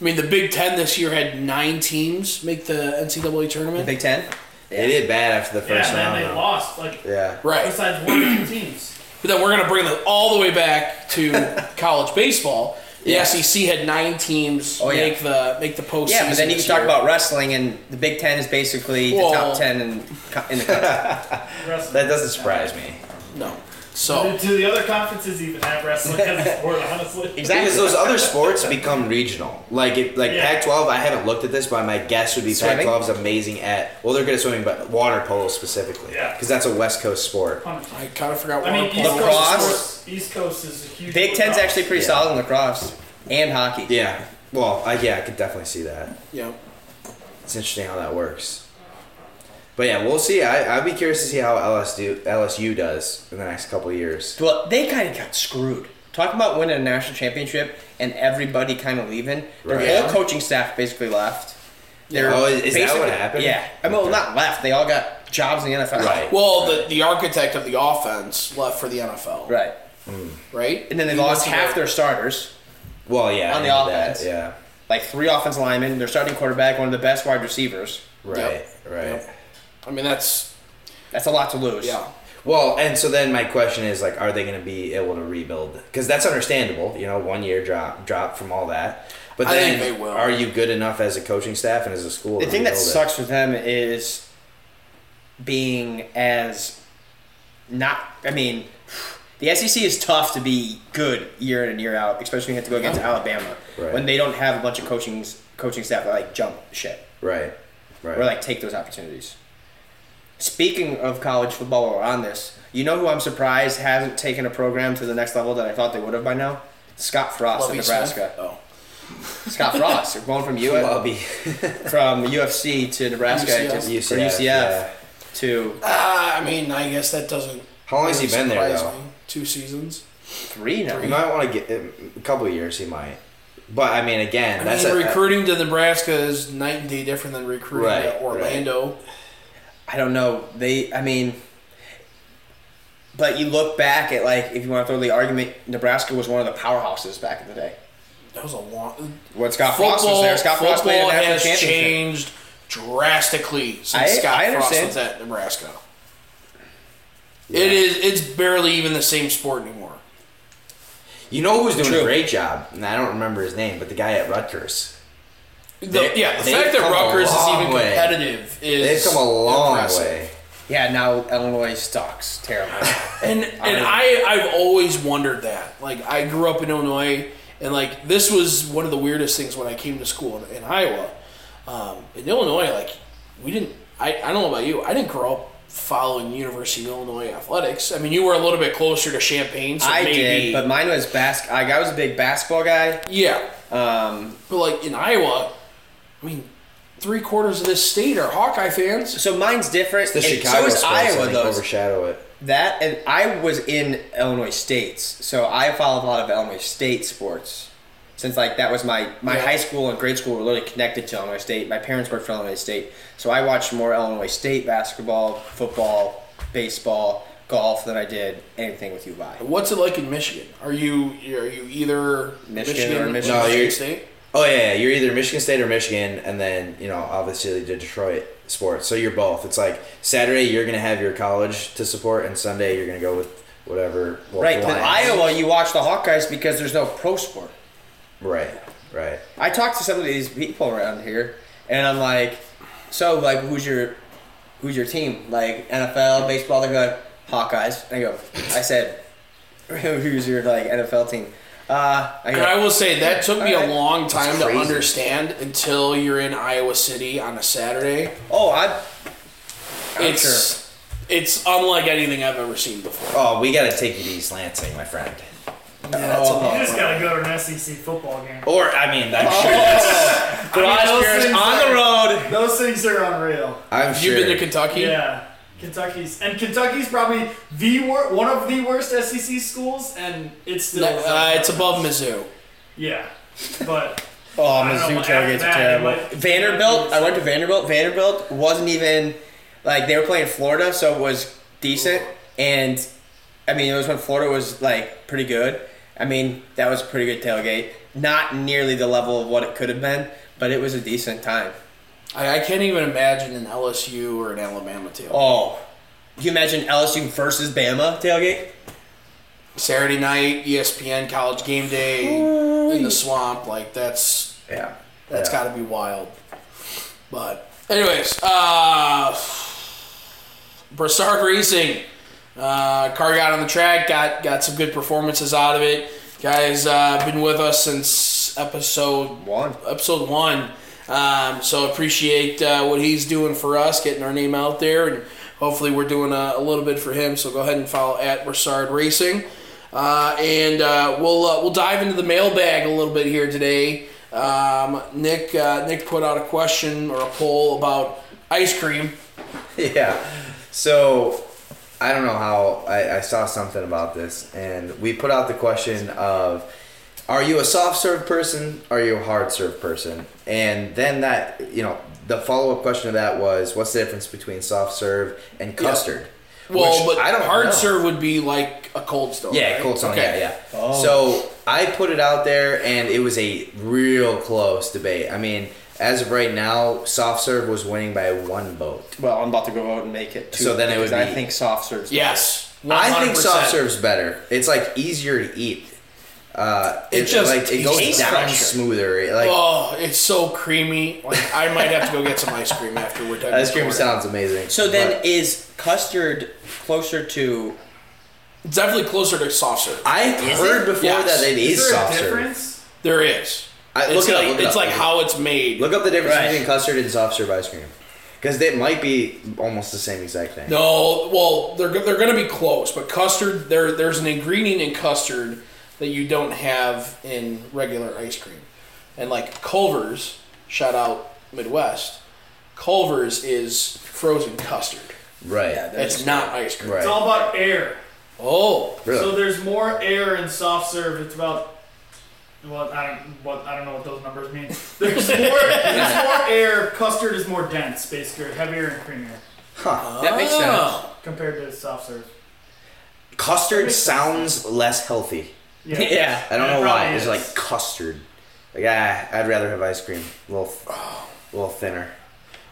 I mean, the Big Ten this year had nine teams make the NCAA tournament.
Big Ten.
They did bad after the
Yeah,
first
and then
round.
they
though.
lost like
Yeah.
right.
besides one or two teams.
But then we're going to bring them all the way back to college baseball. The
Yeah.
SEC had nine teams
Oh, yeah.
make the make the postseason.
Yeah, but then you can
this
talk
year.
about wrestling, and the Big Ten is basically
Well-
the top ten in, co- in the country.
Wrestling.
That doesn't surprise me.
no.
Mm-hmm.
So
Do the other conferences even have wrestling as a sport? Honestly.
Because those other sports become regional. Like it, like
Yeah.
Pac-12, I haven't looked at this, but my guess would be
Swimming?
Pac-12 is amazing at well, they're good at swimming, but water polo specifically.
Yeah.
Because that's a West Coast sport.
I kind of forgot.
I
what
mean,
I'm
East
pulling.
Lacrosse.
Coast, sports, East Coast is a huge.
Big Ten's
lacrosse.
actually pretty
Yeah.
solid in lacrosse and hockey.
Yeah. Well, I, yeah, I could definitely see that.
yeah.
It's interesting how that works. But yeah, we'll see. I, I'd be curious to see how LSU, LSU does in the next couple of years.
Well, they kind of got screwed. Talking about winning a national championship and everybody kind of leaving. Their
Right.
whole coaching staff basically left. They're
Oh, is- is that what
basically-
happened?
Yeah. I mean, well, not left. They all got jobs in the NFL.
Right.
Well, the, the architect of the offense left for the NFL.
Right.
Right.
And then they
He
lost
must have-
half their starters,
Well, yeah.
On
I
the
know that,
offense.
Yeah.
like three offensive linemen, their starting quarterback, one of the best wide receivers.
Right. Right.
Yep. I mean, that's
That's a lot to lose.
yeah.
Well, and so then my question is like, are they going to be able to rebuild? Because that's understandable, you know, one year drop drop from all that. But
I
then,
think they will.
are you good enough as a coaching staff and as a school?
The
to
thing that
rebuild it?
sucks with them is being as not. I mean, the SEC is tough to be good year in and year out, especially when you have to go against Alabama
Right.
when they don't have a bunch of coaching coaching staff that like jump shit
Right. Right.
or like take those opportunities. Speaking of college football, while we're on this. You know who I'm surprised hasn't taken a program to the next level that I thought they would have by now? Scott Frost
Lovie
of
Smith?
Nebraska.
Oh.
Scott Frost, going from U-
Lobby.
from UFC to Nebraska
UCF.
to
UCF,
or UCF
yeah.
to
Ah, I mean, I guess that doesn't.
How long has he been there
surprise
though?
me. Two seasons.
three now.
He might want to get um, a couple of years. He might. But I mean, again,
I
that's
mean,
a,
recruiting to Nebraska is night and day different than recruiting
Right,
to Orlando.
I don't know. They, I mean, but you look back at like if you want to throw the argument, Nebraska was one of the powerhouses back in the day.
That was a long.
When Scott
football
Frost was there, Scott Frost played a
football
national
has
championship.
changed drastically since
I-
Scott
I
Frost
understand.
was at Nebraska. It is. It's barely even the same sport anymore.
You know who's doing
True.
a great job, and I don't remember his name, but the guy at Rutgers.
The-
They-
yeah, the
they've
fact that
come a
Rutgers is
long
even
way.
competitive
They've
is
come a long
impressive.
way.
Yeah, now Illinois sucks terribly.
And and I I've always wondered that. Like I grew up in Illinois, and like this was one of the weirdest things when I came to school in, in Iowa. Um, in Illinois, like we didn't. I I don't know about you. I didn't grow up following University of Illinois athletics. I mean, you were a little bit closer to Champaign, so
I
maybe.
did, but mine was bas. I, I was a big basketball guy.
yeah,
Um,
but like in Iowa, I mean, three quarters of this state are Hawkeye fans.
so mine's different.
The
and
Chicago
so is
sports, I
Iowa
think,
though.
overshadow it.
That and I was in Illinois states, so I followed a lot of Illinois state sports. Since like that was my my
Yeah.
high school and grade school were literally connected to Illinois State. My parents worked for Illinois State, so I watched more Illinois State basketball, football, baseball, golf than I did anything with UVI.
What's it like in Michigan? Are you are you either
Michigan or Michigan
No, you're-
State?
Oh yeah, yeah, you're either Michigan State or Michigan, and then you know obviously the Detroit sports. So you're both. It's like Saturday you're gonna have your college to support, and Sunday you're gonna go with whatever. well,
Right, but
Lions.
Iowa, you watch the Hawkeyes because there's no pro sport.
Right, right.
I talked to some of these people around here, and I'm like, so like, who's your, who's your team? Like NFL, baseball. They're like Hawkeyes. And I go, I said, who's your like NFL team? Uh, I
And I
go,
will say that took me a
Alright.
long time to
crazy.
understand until you're in Iowa City on a Saturday.
oh, I. I'm sure.
It's it's unlike anything I've ever seen before.
Oh, we gotta take you to East Lansing, my friend.
You
Oh,
just gotta go to an SEC football game.
Or I mean, I'm sure.
I mean, those
Rodgers
things
on the
are-
road.
Those things are unreal.
I'm
Have
sure.
you been to Kentucky?
Yeah. Kentucky's and Kentucky's probably the wor- one of the worst SEC schools, and it's still
Uh, it's above Mizzou.
yeah, but
Oh,
I don't know,
Mizzou
after
tailgates are
that,
terrible.
it might-
Vanderbilt. I went to Vanderbilt. Vanderbilt wasn't even like they were playing Florida, so it was decent. And I mean, it was when Florida was like pretty good. I mean, that was a pretty good tailgate. Not nearly the level of what it could have been, but it was a decent time.
I, I can't even imagine an LSU or an Alabama tail.
Oh, can you imagine LSU versus Bama tailgate?
Saturday night, E ESPN, College Game Day, in the swamp. Like that's
Yeah.
that's
yeah.
got to be wild. But anyways, uh, Brassard Racing uh, car got on the track, got got some good performances out of it. Guys, uh, been with us since episode
One.
episode one. Um, so appreciate uh, what he's doing for us, getting our name out there, and hopefully we're doing a, a little bit for him. So go ahead and follow at Broussard Racing, uh, and uh, we'll uh, we'll dive into the mailbag a little bit here today. Um, Nick uh, Nick put out a question or a poll about ice cream.
yeah. So I don't know how I, I saw something about this, and we put out the question of, are you a soft serve person? Are you a hard serve person? And then that you know the follow up question to that was, what's the difference between soft serve and custard?
Well,
Which
but hard
know.
serve would be like a cold stone.
Yeah,
right?
cold stone.
Okay.
Yeah, yeah. So I put it out there, and it was a real close debate. I mean, as of right now, soft serve was winning by one vote.
Well, I'm about to go out and make it. Too,
So then it
because
would
I
be-
think soft serves.
Yes.
I think
100%.
soft serve's better. It's like easier to eat. Uh,
It
it,
just
like it goes
tastes
down
fresher.
smoother. It, like
Oh, it's so creamy. Like I might have to go get some ice cream after we're done.
ice cream
recording.
sounds amazing.
So then,
but
is custard closer to?
It's definitely closer to soft serve.
I heard before
Yes.
that it is,
Is there
soft
a
serve.
difference?
There is.
I-
it's
look it up,
like,
look it
it's
up,
like
look it
how it's made.
Look up the difference
Right.
between custard and soft serve ice cream, because they might be almost the same exact thing.
No, well, they're go- they're gonna be close, but custard there there's an ingredient in custard that you don't have in regular ice cream, and like Culver's, shout out Midwest, Culver's is frozen custard.
Right.
It's not ice cream.
Right.
It's all about air.
Oh,
Really?
So there's more air in soft serve. It's about well, I don't what I don't know what those numbers mean. There's more there's more air. Custard is more dense, basically, heavier and creamier
huh.
That makes sense.
Oh.
compared to soft serve.
Custard sounds less healthy.
Yeah.
Yeah.
I don't
It
know why.
probably
It's
is.
like custard. Like ah, I'd rather have ice cream. A little, a little thinner.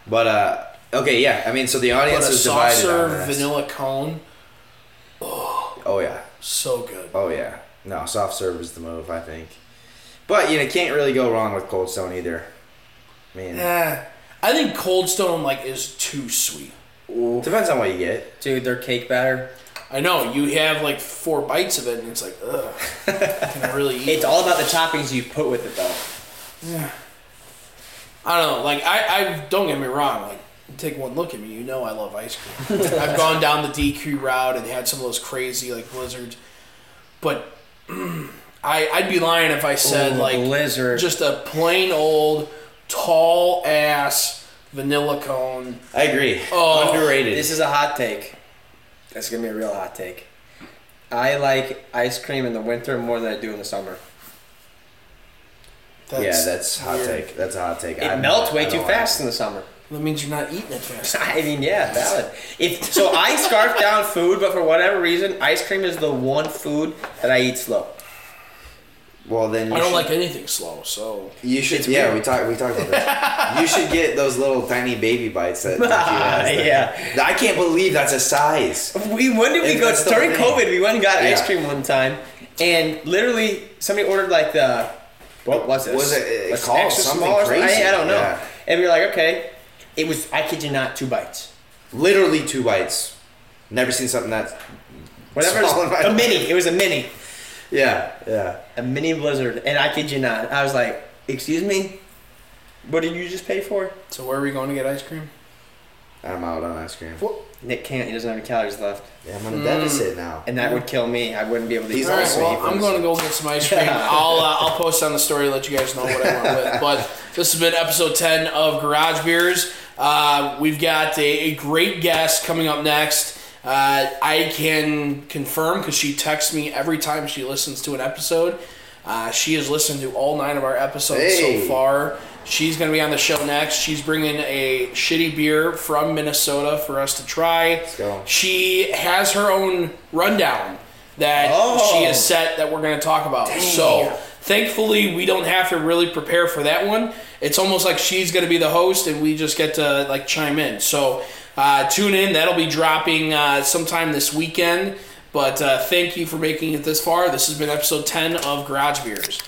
But uh, okay, yeah. I mean, so the
But a
audience is
soft
divided. on
serve
this.
vanilla cone,
Oh yeah.
so good.
Oh yeah. No, soft serve is the move, I think. But you know, can't really go wrong with Cold Stone either. I mean,
Nah, I think Cold Stone like is too sweet.
depends on what you get.
Dude, their cake batter.
I know you have like four bites of it, and it's like, ugh, can I really eat?
It's all about the toppings you put with it, though.
I don't know. Like I, I don't get me wrong. Like take one look at me, you know I love ice cream. I've gone down the DQ route and had some of those crazy like blizzards, but I, I'd be lying if I said
Ooh,
like
blizzard.
just a plain old tall ass vanilla cone.
I agree.
Oh,
Underrated.
This is a hot take. That's gonna be a real hot take. I like ice cream in the winter more than I do in the summer.
That's,
yeah, that's hot
weird.
take. That's a hot take.
It
I-
melts
I
way
don't
too
like
fast
it.
in the summer.
That means you're not eating it fast.
I mean, yeah, valid. If so, I scarf down food, but for whatever reason, ice cream is the one food that I eat slow.
Well, then you
I don't
should,
like anything slow, so
You should.
It's
Yeah,
weird.
we talked. We talked about that. you should get those little tiny baby bites that. that you asked.
Yeah.
I can't believe that's a size.
We when did we
It's-
go
that's the
during
thing.
COVID? We went and got ice
Yeah.
cream one time, and literally somebody ordered like the what was it?
Was it- it
Like
called
extra
something
small or something?
crazy.
I, I don't know.
Yeah.
And we were like, okay, it was. I kid you not, two bites.
Literally two bites. Never seen something that.
Whatever.
Small bite.
a mini. It was a mini.
Yeah, yeah.
A mini blizzard, and I kid you not, I was like, excuse me, what did you just pay for?
so where are we going to get ice cream?
I'm out on ice cream.
Nick can't. He doesn't have any calories left,
Yeah, I'm on a deficit now.
and that would kill me. I wouldn't be able to.
He's
eat
All
all
right,
also
of it.
well, I'm going to go get some ice cream. I'll uh, I'll post on the story, let you guys know what I went with. But this has been episode ten of Garage Beers. Uh, we've got a, a great guest coming up next. Uh, I can confirm because she texts me every time she listens to an episode. Uh, she has listened to all nine of our episodes
Hey.
so far. She's going to be on the show next. She's bringing a shitty beer from Minnesota for us to try.
go.
She has her own rundown that
Oh.
she has set that we're going to talk about. So thankfully, we don't have to really prepare for that one. It's almost like she's going to be the host, and we just get to like chime in. So uh, tune in. That'll be dropping uh, sometime this weekend. But uh, thank you for making it this far. This has been episode ten of Garage Beers.